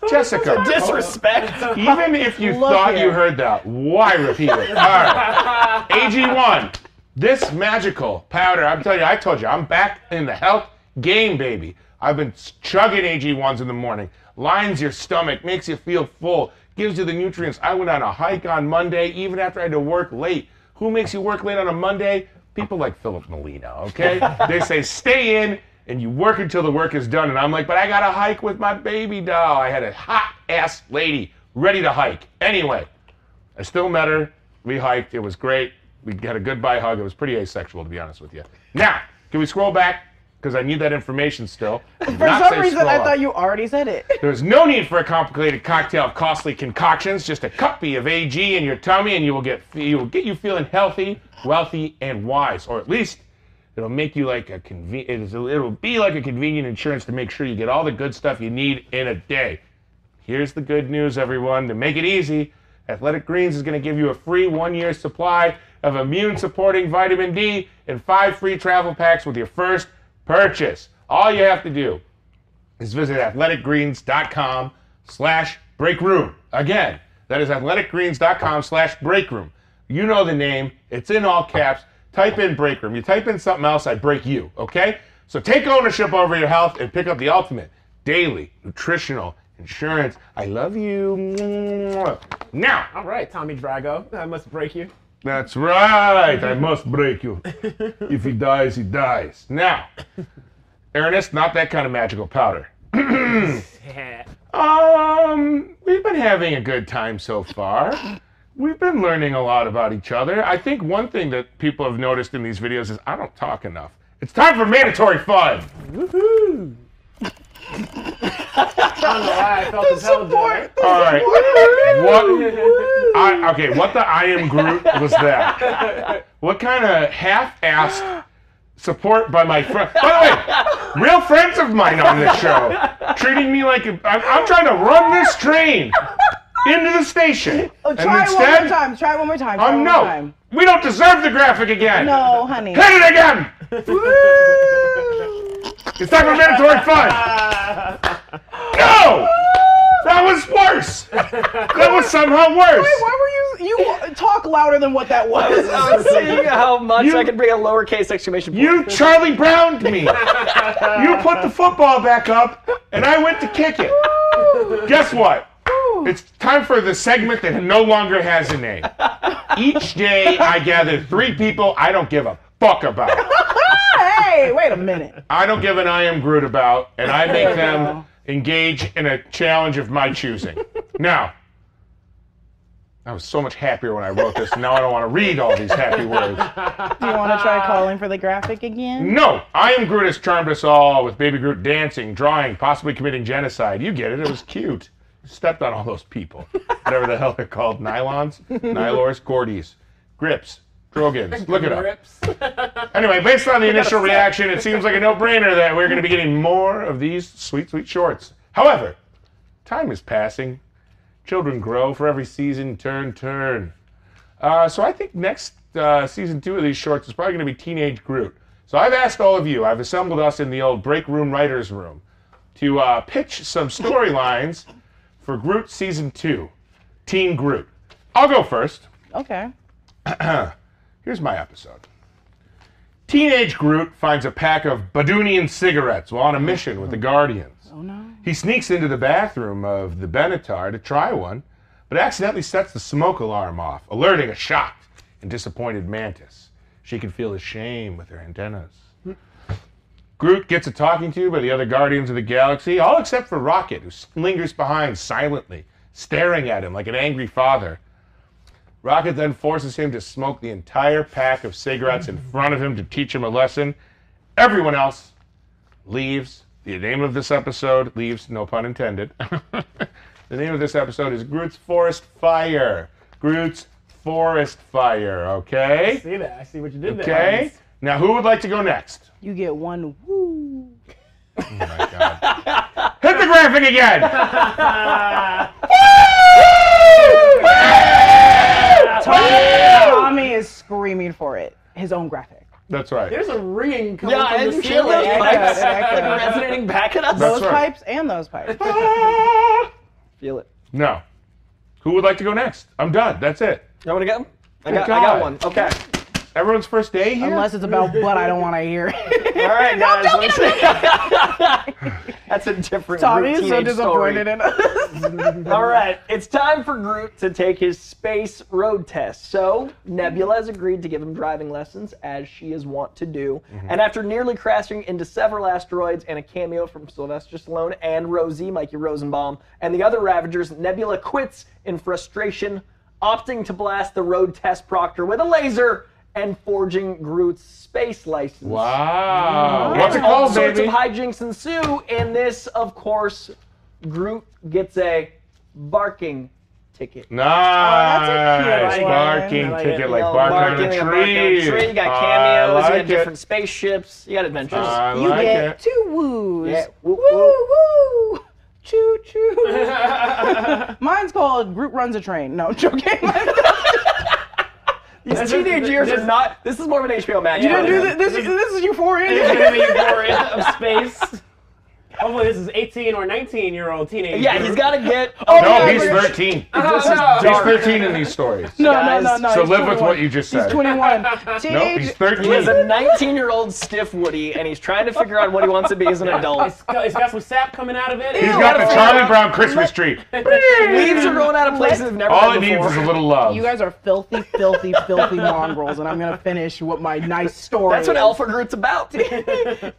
S1: Jessica, (laughs)
S4: (laughs) Disrespect.
S1: even if you
S2: Look
S1: thought you
S2: here.
S1: heard that, why repeat it? All right. AG1, this magical powder, I'm telling you, I told you, I'm back in the health game, baby. I've been chugging AG1s in the morning. Lines your stomach, makes you feel full, gives you the nutrients. I went on a hike on Monday, even after I had to work late. Who makes you work late on a Monday? People like Philip Molina, okay? they say stay in and you work until the work is done. And I'm like, but I got to hike with my baby doll. I had a hot ass lady ready to hike. Anyway, I still met her. We hiked. It was great. We had a goodbye hug. It was pretty asexual, to be honest with you. Now, can we scroll back? Because I need that information still. For
S2: (laughs) For some reason, I thought you already said it.
S1: There's no need for a complicated cocktail of costly concoctions. Just a cuppy of AG in your tummy, and you will get you will get you feeling healthy, wealthy, and wise. Or at least it'll make you like a conven- it is, It'll be like a convenient insurance to make sure you get all the good stuff you need in a day. Here's the good news, everyone. To make it easy, Athletic Greens is going to give you a free one-year supply of immune-supporting vitamin D and five free travel packs with your first purchase. All you have to do is visit athleticgreens.com slash breakroom. Again, that is athleticgreens.com slash breakroom. You know the name. It's in all caps. Type in breakroom. You type in something else, I break you, okay? So take ownership over your health and pick up the ultimate daily nutritional insurance. I love you. Now,
S3: All right, Tommy Drago. I must break you.
S1: that's right. I must break you. if he dies, he dies. Now, Ernest, not that kind of magical powder. Um, we've been having a good time so far. We've been learning a lot about each other. I think one thing that people have noticed in these videos is I don't talk enough. It's time for mandatory fun.
S3: Woohoo! (laughs) I don't know why I felt intelligent.
S2: Support.
S1: All right. What? I, okay. What the I am Groot was that? What kind of half-assed support by my friend? By the way, real friends of mine on this show, treating me like a, I'm, I'm trying to run this train into the station.
S2: Oh, try it one more time. Try it one more time. Try it
S1: I'm
S2: one more
S1: Oh, no.
S2: time.
S1: We don't deserve the graphic again.
S2: No, honey.
S1: Hit it again.
S2: Woo!
S1: It's time for mandatory
S2: (laughs)
S1: fun. No, that was worse. That was somehow worse.
S2: Why were you? You talk louder than what that was. (laughs)
S4: I'm Oh, seeing how much
S1: You-
S4: I can bring a lowercase exclamation point.
S1: You Charlie Browned me. you put the football back up, and I went to kick it. Guess what? It's time for the segment that no longer has a name. Each day, I gather three people I don't give a fuck about.
S2: hey, wait a (laughs) minute.
S1: I don't give an I am Groot about, and I make them engage in a challenge of my choosing. Now, I was so much happier when I wrote this. Now I don't want to read all these happy words.
S2: Do you want to try calling for the graphic again?
S1: No, I am Groot has charmed us all with Baby Groot dancing, drawing, possibly committing genocide. You get it. It was cute. Stepped on all those people. Whatever the hell they're called. Nylons, Nylors, Gordies, Grips, Drogans. Look it up.
S3: Rips. (laughs)
S1: Anyway, based on the initial reaction, it seems like a no-brainer that we're going to be getting more of these sweet, sweet shorts. However, time is passing. Children grow for every season, turn, turn. Uh, so I think next uh, season two of these shorts is probably going to be Teenage Groot. So I've asked all of you, I've assembled us in the old break room writer's room to uh, pitch some storylines for Groot season two, Teen Groot. I'll go first.
S2: Okay.
S1: Here's my episode. Teenage Groot finds a pack of Badoonian cigarettes while on a mission with the Guardians. Oh no. He sneaks into the bathroom of the Benatar to try one, but accidentally sets the smoke alarm off, alerting a shocked and disappointed Mantis. She can feel the shame with her antennas. Groot gets a talking to by the other Guardians of the Galaxy, all except for Rocket, who s- lingers behind silently, staring at him like an angry father. Rocket then forces him to smoke the entire pack of cigarettes in front of him to teach him a lesson. Everyone else leaves. The name of this episode leaves, no pun intended. (laughs) the name of this episode is Groot's Forest Fire. Groot's Forest Fire, okay?
S3: See that? I see what you did there.
S1: Okay? Now, who would like to go next?
S2: You get one. Woo.
S1: Oh my God. (laughs) Hit the graphic (laughs) again!
S2: Tommy is screaming for it. His own graphic.
S1: That's right.
S3: There's a ringing coming
S4: yeah, I
S3: from the
S4: didn't feel those
S3: ceiling. (laughs)
S4: pipes
S2: yeah, yeah.
S4: like resonating back at us.
S1: That's
S2: Those
S1: right.
S2: pipes and those (laughs) pipes.
S4: Feel it.
S1: Ah. No. Who would like to go next? I'm done. That's it.
S4: You want to go? I got, I
S1: God.
S4: got one. Okay.
S1: Everyone's first day here?
S2: Unless it's about butt, I don't want to hear. (laughs) it.
S4: All right, guys. let's- (laughs) That's a different
S2: Tommy
S4: Groot
S2: is so
S4: teenage story.
S2: disappointed in
S4: (laughs)
S2: us.
S4: All right, it's time for Groot to take his space road test. So, Nebula has agreed to give him driving lessons, as she is wont to do.
S2: Mm-hmm.
S4: And after nearly crashing into several asteroids and a cameo from Sylvester Stallone and Rosie, Mikey Rosenbaum, and the other Ravagers, Nebula quits in frustration, opting to blast the road test proctor with a laser and forging Groot's space license.
S1: Wow. What's it
S4: All
S1: called,
S4: sorts
S1: baby?
S4: of hijinks ensue, and this, of course, Groot gets a barking ticket.
S2: Oh, that's
S1: nice.
S2: a cute one.
S1: Barking
S2: I like
S1: ticket
S2: it.
S1: like
S4: You know,
S1: bark on
S4: barking,
S1: a
S4: you got barking on a
S1: tree.
S4: tree, You got
S1: I
S4: cameos. you
S1: like
S4: got
S1: it.
S4: different spaceships. You got adventures.
S1: I
S2: you
S1: like
S2: get
S1: it.
S2: two woos.
S4: Yeah, woo,
S2: woo woo. Choo choo. (laughs)
S3: (laughs)
S2: Mine's called Groot runs a train. No, joking. (laughs)
S4: These teenage years are not. This is more of an HBO Max.
S2: you
S4: program.
S2: didn't do this. This, this is (laughs)
S3: There's
S2: euphoria.
S3: gonna be euphoria of space. Hopefully, this is 18 or 19 year old teenager.
S4: Yeah, he's got to get.
S1: (laughs) No, he's
S4: This (laughs)
S1: 13.
S4: is
S1: He's
S4: dark.
S1: 13 in these stories.
S2: No, no, no, no.
S1: So
S2: he's
S1: live with
S2: 21.
S1: what you just
S2: He's
S1: said.
S2: 21. (laughs) Teenage.
S1: Nope, he's
S4: He
S1: 13.
S4: is a 19-year-old stiff Woody, and he's trying to figure out what he wants to be as
S2: (laughs)
S4: an adult.
S3: It's got, it's got some sap coming out of it.
S1: He's got the Charlie Brown Christmas tree.
S4: Leaves are growing out of places they've never
S1: All it
S4: been
S1: needs
S4: before.
S1: is a little love.
S2: You guys are filthy, filthy, (laughs) filthy mongrels, and I'm gonna finish what my nice story.
S4: That's what
S2: is.
S4: Alpha Groot's about.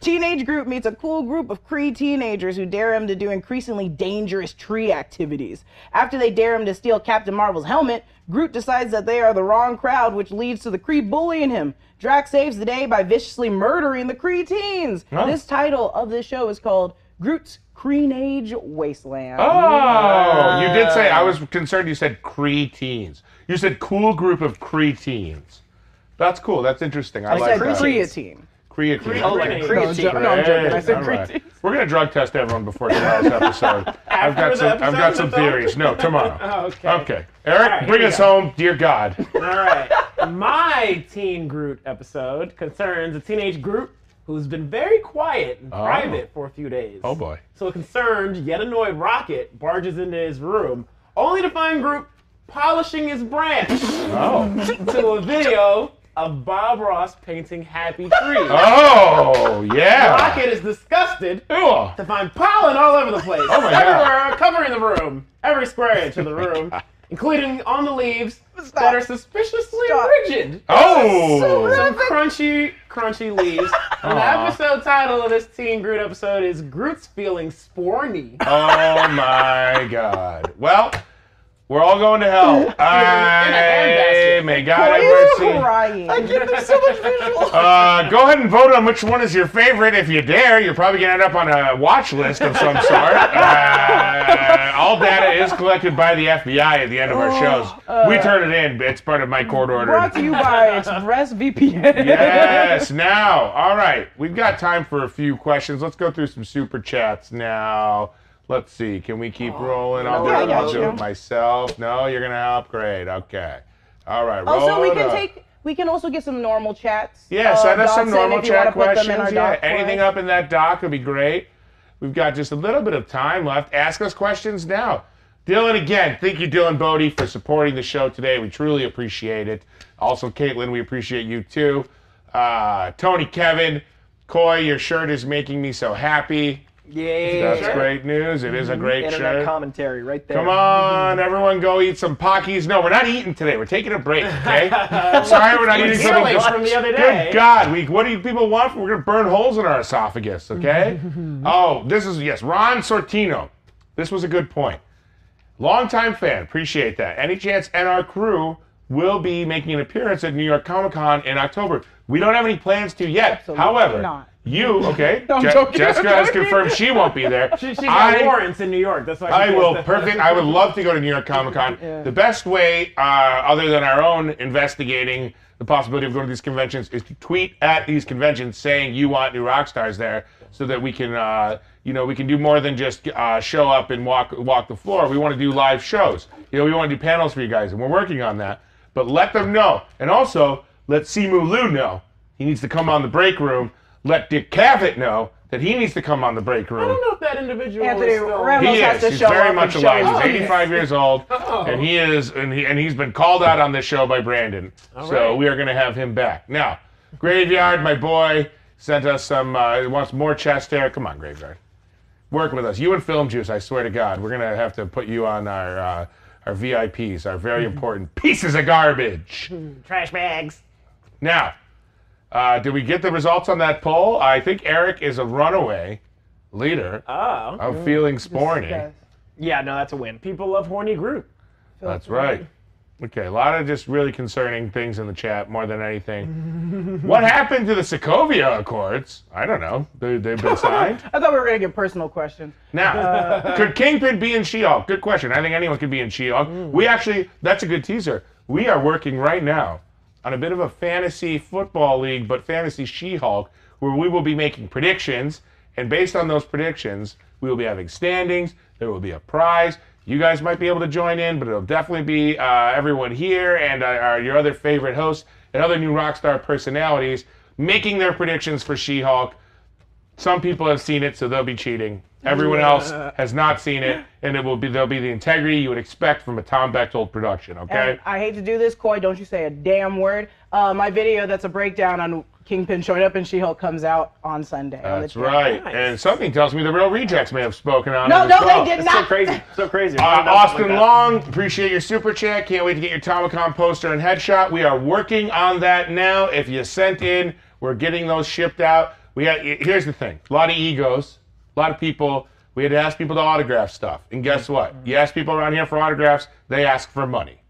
S4: (laughs)
S2: Teenage group meets a cool group of Cree teenagers who dare him to do increasingly dangerous tree activities. After they dare him to steal Captain Marvel's helmet, Groot decides that they are the wrong crowd, which leads to the Cree bullying him. Drax saves the day by viciously murdering the Cree teens.
S1: Huh.
S2: This title of this show is called Groot's Creenage Wasteland.
S1: Oh, you did say I was concerned. You said Cree teens. You said cool group of Cree teens. That's cool. That's interesting. I,
S2: I
S1: like
S2: said
S1: that.
S2: Creatine.
S1: Creatine.
S4: Oh, like
S3: Creatine.
S2: No,
S4: creatine.
S2: jo- no, I'm joking. I
S1: Hey,
S2: said
S1: all right.
S2: creatine.
S1: We're gonna drug test everyone before
S2: (laughs)
S1: tomorrow's episode. I've
S3: After
S1: got
S3: the
S1: some. I've got
S3: episode's
S1: some
S3: about-
S1: theories. No,
S2: (laughs)
S1: tomorrow.
S3: Okay.
S1: Okay, Eric,
S3: right,
S1: bring
S3: here we
S1: us
S3: go.
S1: home, dear God.
S3: All right. My Teen Groot episode concerns a teenage Groot who's been very quiet and
S1: Oh.
S3: private for a few days.
S1: Oh boy.
S3: So a concerned yet annoyed Rocket barges into his room, only to find Groot polishing his branch to
S1: Oh.
S3: a video of Bob Ross painting Happy Tree.
S1: Oh yeah.
S3: Rocket is disgusted
S1: Cool.
S3: to find pollen all over the place.
S1: Oh my God.
S3: Everywhere, covering the room, every square inch of the room, including on the leaves that are suspiciously
S2: Stop.
S3: rigid.
S1: Oh.
S3: Crunchy, crunchy leaves. and the
S1: Aw.
S3: episode title of this Teen Groot episode is Groot's Feeling Sporny.
S1: Oh my God. Well, we're all going to hell. I
S3: handbasket.
S1: may God have
S2: Why are you
S1: mercy.
S2: crying?
S4: There's so much
S1: (laughs)
S4: visual.
S1: Uh, go ahead and vote on which one is your favorite if you dare. You're probably going to end up on a watch list of some sort. Uh, all data is collected by the FBI at the end of our shows. we turn it in. It's part of my court order.
S2: Brought to you by ExpressVPN.
S1: yes, now. All right. We've got time for a few questions. Let's go through some super chats now. Let's see. Can we keep rolling? I'll do,
S2: Yeah, Oh, I
S1: it.
S2: got
S1: I'll do
S2: you.
S1: it myself. No, you're going to help? Great. Okay. All right. Roll
S2: Also, we
S1: it
S2: can
S1: up.
S2: take. We can also get some normal chats.
S1: Yeah,
S2: Uh,
S1: send us some
S2: Dodson,
S1: normal
S2: if you wanna
S1: chat
S2: put them in
S1: questions.
S2: our
S1: Yeah,
S2: doc for
S1: anything
S2: us.
S1: up in that doc would be great. We've got just a little bit of time left. Ask us questions now. Dylan, again, thank you, Dylan Bodie, for supporting the show today. We truly appreciate it. Also, Caitlin, we appreciate you too. Uh, Tony, Kevin, Coy, your shirt is making me so happy. That's
S4: Yeah.
S1: great news. It
S2: Mm-hmm.
S1: is a great
S4: Internet
S1: shirt.
S4: commentary right there.
S1: Come on, everyone, go eat some Pockies. No, we're not eating today. We're taking a
S3: (laughs)
S1: break, okay? Sorry, we're not eating something.
S3: Healing from the other day.
S1: Good God, we, what do you people want? We're going to burn holes in our esophagus,
S3: (laughs)
S1: okay? oh, this is, yes, Ron Sortino. This was a good point. Longtime fan, appreciate that. Any chance NR Crew will be making an appearance at New York Comic Con in October? We don't have any plans to yet.
S2: Absolutely
S1: However,
S2: not.
S1: you,
S2: (laughs)
S1: okay,
S2: I'm
S1: Je-
S2: joking, I'm
S1: Jessica has
S2: joking.
S1: confirmed she won't be
S2: (laughs)
S1: there.
S3: She, she got
S1: I-
S3: warrants in New York. That's why she
S1: I
S3: gets
S1: will
S3: the-
S1: perfect. I would love to go to New York Comic Con.
S2: Yeah.
S1: The best way, uh, other than our own investigating the possibility of going to these conventions, is to tweet at these conventions saying you want new rock stars there, so that we can, uh, you know, we can do more than just uh, show up and walk walk the floor. We want to do live shows. You know, we want to do panels for you guys, and we're working on that. But let them know, and also let Simu Lu know he needs to come on the break room. Let Dick Cavett know that he needs to come on the break room.
S3: I don't know if that individual
S2: Anthony
S3: is still...
S2: Ramos.
S1: He
S2: has
S1: is.
S2: to
S1: He's
S2: show
S1: very
S2: up
S1: much
S2: and show
S1: alive.
S2: up.
S1: He's 85 years old, and he is, and he and he's been called out on this show by Brandon. so
S3: right.
S1: we are going to have him back now. Graveyard, my boy, sent us some. Uh, wants more chest hair. Come on, Graveyard, work with us. You and Film Juice. I swear to God, we're going to have to put you on our uh, our VIPs, our very important pieces of garbage.
S3: Trash bags.
S1: Now, uh, did we get the results on that poll? I think Eric is a runaway leader
S3: Oh.
S1: of feeling sporny.
S2: Yes.
S4: Yeah, no, that's a win.
S3: People love horny Groot.
S1: That's right. Okay, a lot of just really concerning things in the chat more than anything. what happened to the Sokovia Accords? I don't know. They, they've been signed.
S2: I thought we were gonna get personal questions.
S1: Now, could Kingpin be in She-Hulk? Good question. I think anyone could be in She-Hulk. We actually, that's a good teaser. We are working right now on a bit of a fantasy football league, but fantasy She-Hulk, where we will be making predictions, and based on those predictions, we will be having standings. There will be a prize. You guys might be able to join in, but it'll definitely be uh, everyone here and uh, our, your other favorite hosts and other new Rockstar personalities making their predictions for She-Hulk. Some people have seen it, so they'll be cheating. Everyone else has not seen it, and it will be there'll be the integrity you would expect from a Tom Bechtold production. Okay.
S2: And I hate to do this, Coy. Don't you say a damn word. Uh, my video that's a breakdown on Kingpin showing up and She-Hulk comes out on Sunday. Oh, on the
S1: That's
S2: 10th.
S1: right.
S3: Nice.
S1: And something tells me the real rejects may have spoken on
S2: No,
S1: it.
S2: no, they did
S4: That's so
S2: not.
S4: crazy. So crazy.
S1: Uh,
S4: Why not something
S1: Austin
S4: like that?
S1: Long, appreciate your super chat. Can't wait to get your Tomicon poster and headshot. We are working on that now. If you sent in, we're getting those shipped out. We got. Here's the thing: a lot of egos, a lot of people. We had to ask people to autograph stuff, and
S5: Mm-hmm.
S1: guess what? You ask people around here for autographs, they ask for money.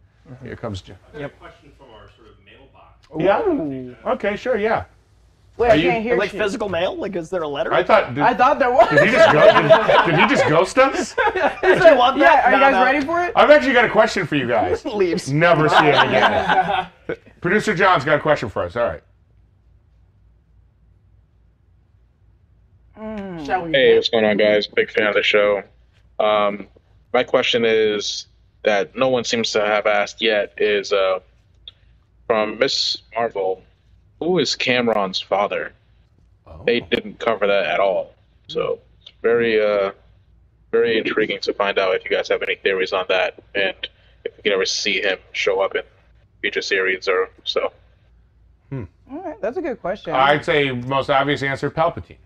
S1: Here comes. Jim.
S5: Yep. Mm-hmm. A question from our sort of mailbox.
S1: Yeah. Okay. Sure. Yeah.
S2: Wait, I
S1: you-
S2: can't hear
S4: Like
S2: shit.
S4: physical mail? Like, is there a letter?
S1: I thought. Did,
S2: I thought there was.
S1: (laughs) did he just ghost, did, did he just ghost us?
S4: Did you want
S2: yeah,
S4: that?
S2: are you
S4: No,
S2: guys
S4: no.
S2: ready for it?
S1: I've actually got a question for you
S4: (laughs)
S1: guys.
S4: (laughs) Leaves.
S1: Never see him again. Producer John's got a question for us. All right. Uh,
S2: out when you
S6: Hey,
S2: can.
S6: what's going on, guys? Big fan of the show. Um, my question is that no one seems to have asked yet is uh, from Miss Marvel, who is Cameron's father? They didn't cover that at all. So it's very, uh, very intriguing to find out if you guys have any theories on that and if we can ever see him show up in future series or so.
S2: All right, that's a good question.
S1: I'd say most obvious answer Palpatine.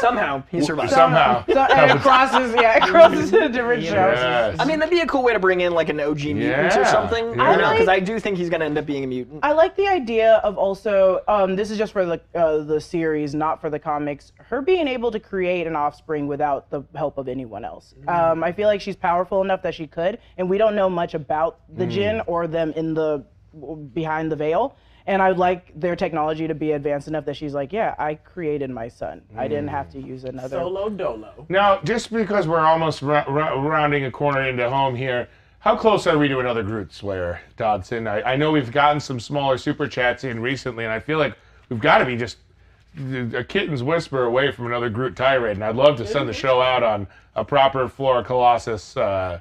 S4: Somehow he survived.
S1: Somehow. (laughs)
S2: So, and it crosses, yeah, it crosses (laughs) to different shows.
S1: Yes.
S4: I mean, that'd be a cool way to bring in like an OG mutant
S1: Yeah,
S4: or something. I
S1: yeah.
S4: don't know, because I do think he's gonna end up being a mutant.
S2: I like the idea of also um, this is just for the uh, the series, not for the comics. Her being able to create an offspring without the help of anyone else.
S1: Mm-hmm.
S2: Um, I feel like she's powerful enough that she could, and we don't know much about the
S1: Mm.
S2: Jin or them in the behind the veil. And I would like their technology to be advanced enough that she's like, yeah, I created my son. I didn't have to use another. (laughs)
S3: Solo dolo.
S1: Now, just because we're almost ra- ra- rounding a corner into home here, how close are we to another Groot Slayer, Dodson? I, I know we've gotten some smaller super chats in recently, and I feel like we've got to be just a kitten's whisper away from another Groot tirade. And I'd love to send the show out on a proper Flora Colossus. Uh,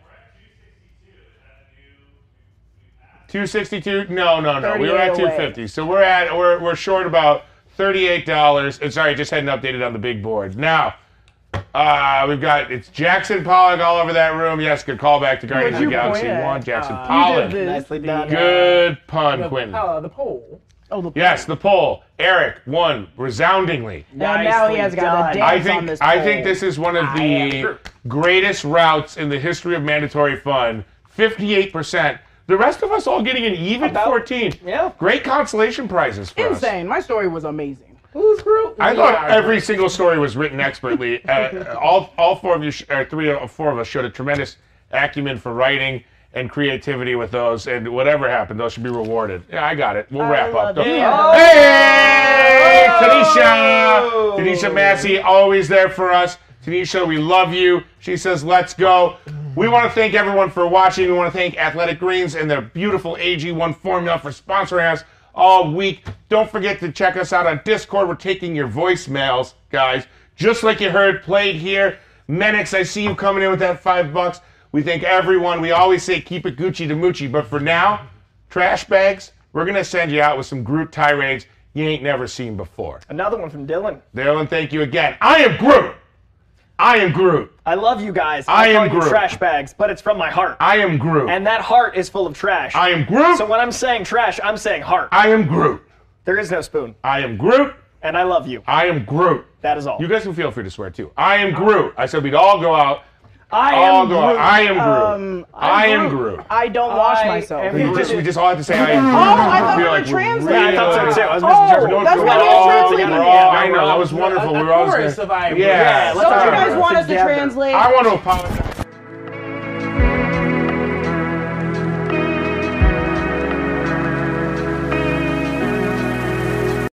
S1: 262? No, no, no. We were at
S2: 38 away.
S1: 250. So we're at we're, we're short about thirty-eight dollars. Sorry, just hadn't updated on the big board. Now, uh, we've got it's Jackson Pollock all over that room. Yes, good call back to Guardians of
S2: you
S1: the Galaxy
S2: point at? Uh,
S1: One. Jackson
S2: did
S1: Pollock.
S2: this.
S4: Nicely done.
S1: Good pun, Quentin.
S3: Uh, the pole.
S2: Oh, the
S1: Yes, the poll. Eric won resoundingly.
S2: And now he
S3: Nicely
S2: has got
S3: done.
S2: a dance
S1: I
S2: on
S1: think
S2: this Ah,
S1: I
S2: pole.
S1: think this is one of the greatest routes in the history of mandatory fun. Fifty-eight percent. The rest of us all getting an even
S4: About-
S1: fourteen.
S4: yeah.
S1: Great consolation prizes for us.
S2: insane. My story was amazing.
S3: Who's Groot?
S1: I
S3: We
S1: thought
S3: are
S1: every single story was written expertly. uh, all, all four of you, sh- or three or four of us, showed a tremendous acumen for writing and creativity with those. And whatever happened, those should be rewarded. Yeah, I got it. We'll wrap up.
S2: love it. Oh!
S1: Hey,
S2: Oh!
S1: Tanisha, Tanisha Massey, always there for us. Tanisha, we love you. She says, "Let's go." We want to thank everyone for watching. We want to thank Athletic Greens and their beautiful AG1 formula for sponsoring us all week. Don't forget to check us out on Discord. We're taking your voicemails, guys. Just like you heard played here. Menix, I see you coming in with that five bucks. We thank everyone. We always say keep it Gucci to Moochie, but for now, trash bags, we're gonna send you out with some Groot tirades you ain't never seen before.
S4: Another one from Dylan.
S1: Dylan, thank you again. I am Groot. I am Groot.
S4: I love you guys.
S1: I
S4: call
S1: am
S4: you
S1: Groot.
S4: trash bags, but it's from my heart.
S1: I am Groot.
S4: and that heart is full of trash.
S1: I am Groot.
S4: so when I'm saying trash, I'm saying heart.
S1: I am Groot.
S4: there is no spoon.
S1: I am Groot.
S4: And I love you.
S1: I am Groot.
S4: That is all.
S1: You guys can feel free to swear too. I am Groot. I said we'd all go out.
S4: I
S2: Oh,
S1: All
S4: am
S1: go out.
S4: Groot.
S1: I am Groot. I am Groot.
S2: I don't wash
S4: I
S2: myself.
S4: am-
S1: We just, we just all have to say I am Groot.
S2: Oh, I thought
S1: feel
S2: we were
S1: like
S2: translating.
S4: I thought so too. I was misinterpreting.
S2: Oh, that's
S1: we're
S2: why we
S1: all-
S2: have
S1: we're
S2: translated.
S1: all- I know that was wonderful.
S3: A- a
S1: we were all
S3: chorus
S1: gonna-
S3: of I am Groot.
S1: Yeah,
S4: Yeah, let's
S2: Don't you
S4: all
S2: guys
S4: go
S2: want us to
S4: together.
S2: translate?
S1: I want to apologize.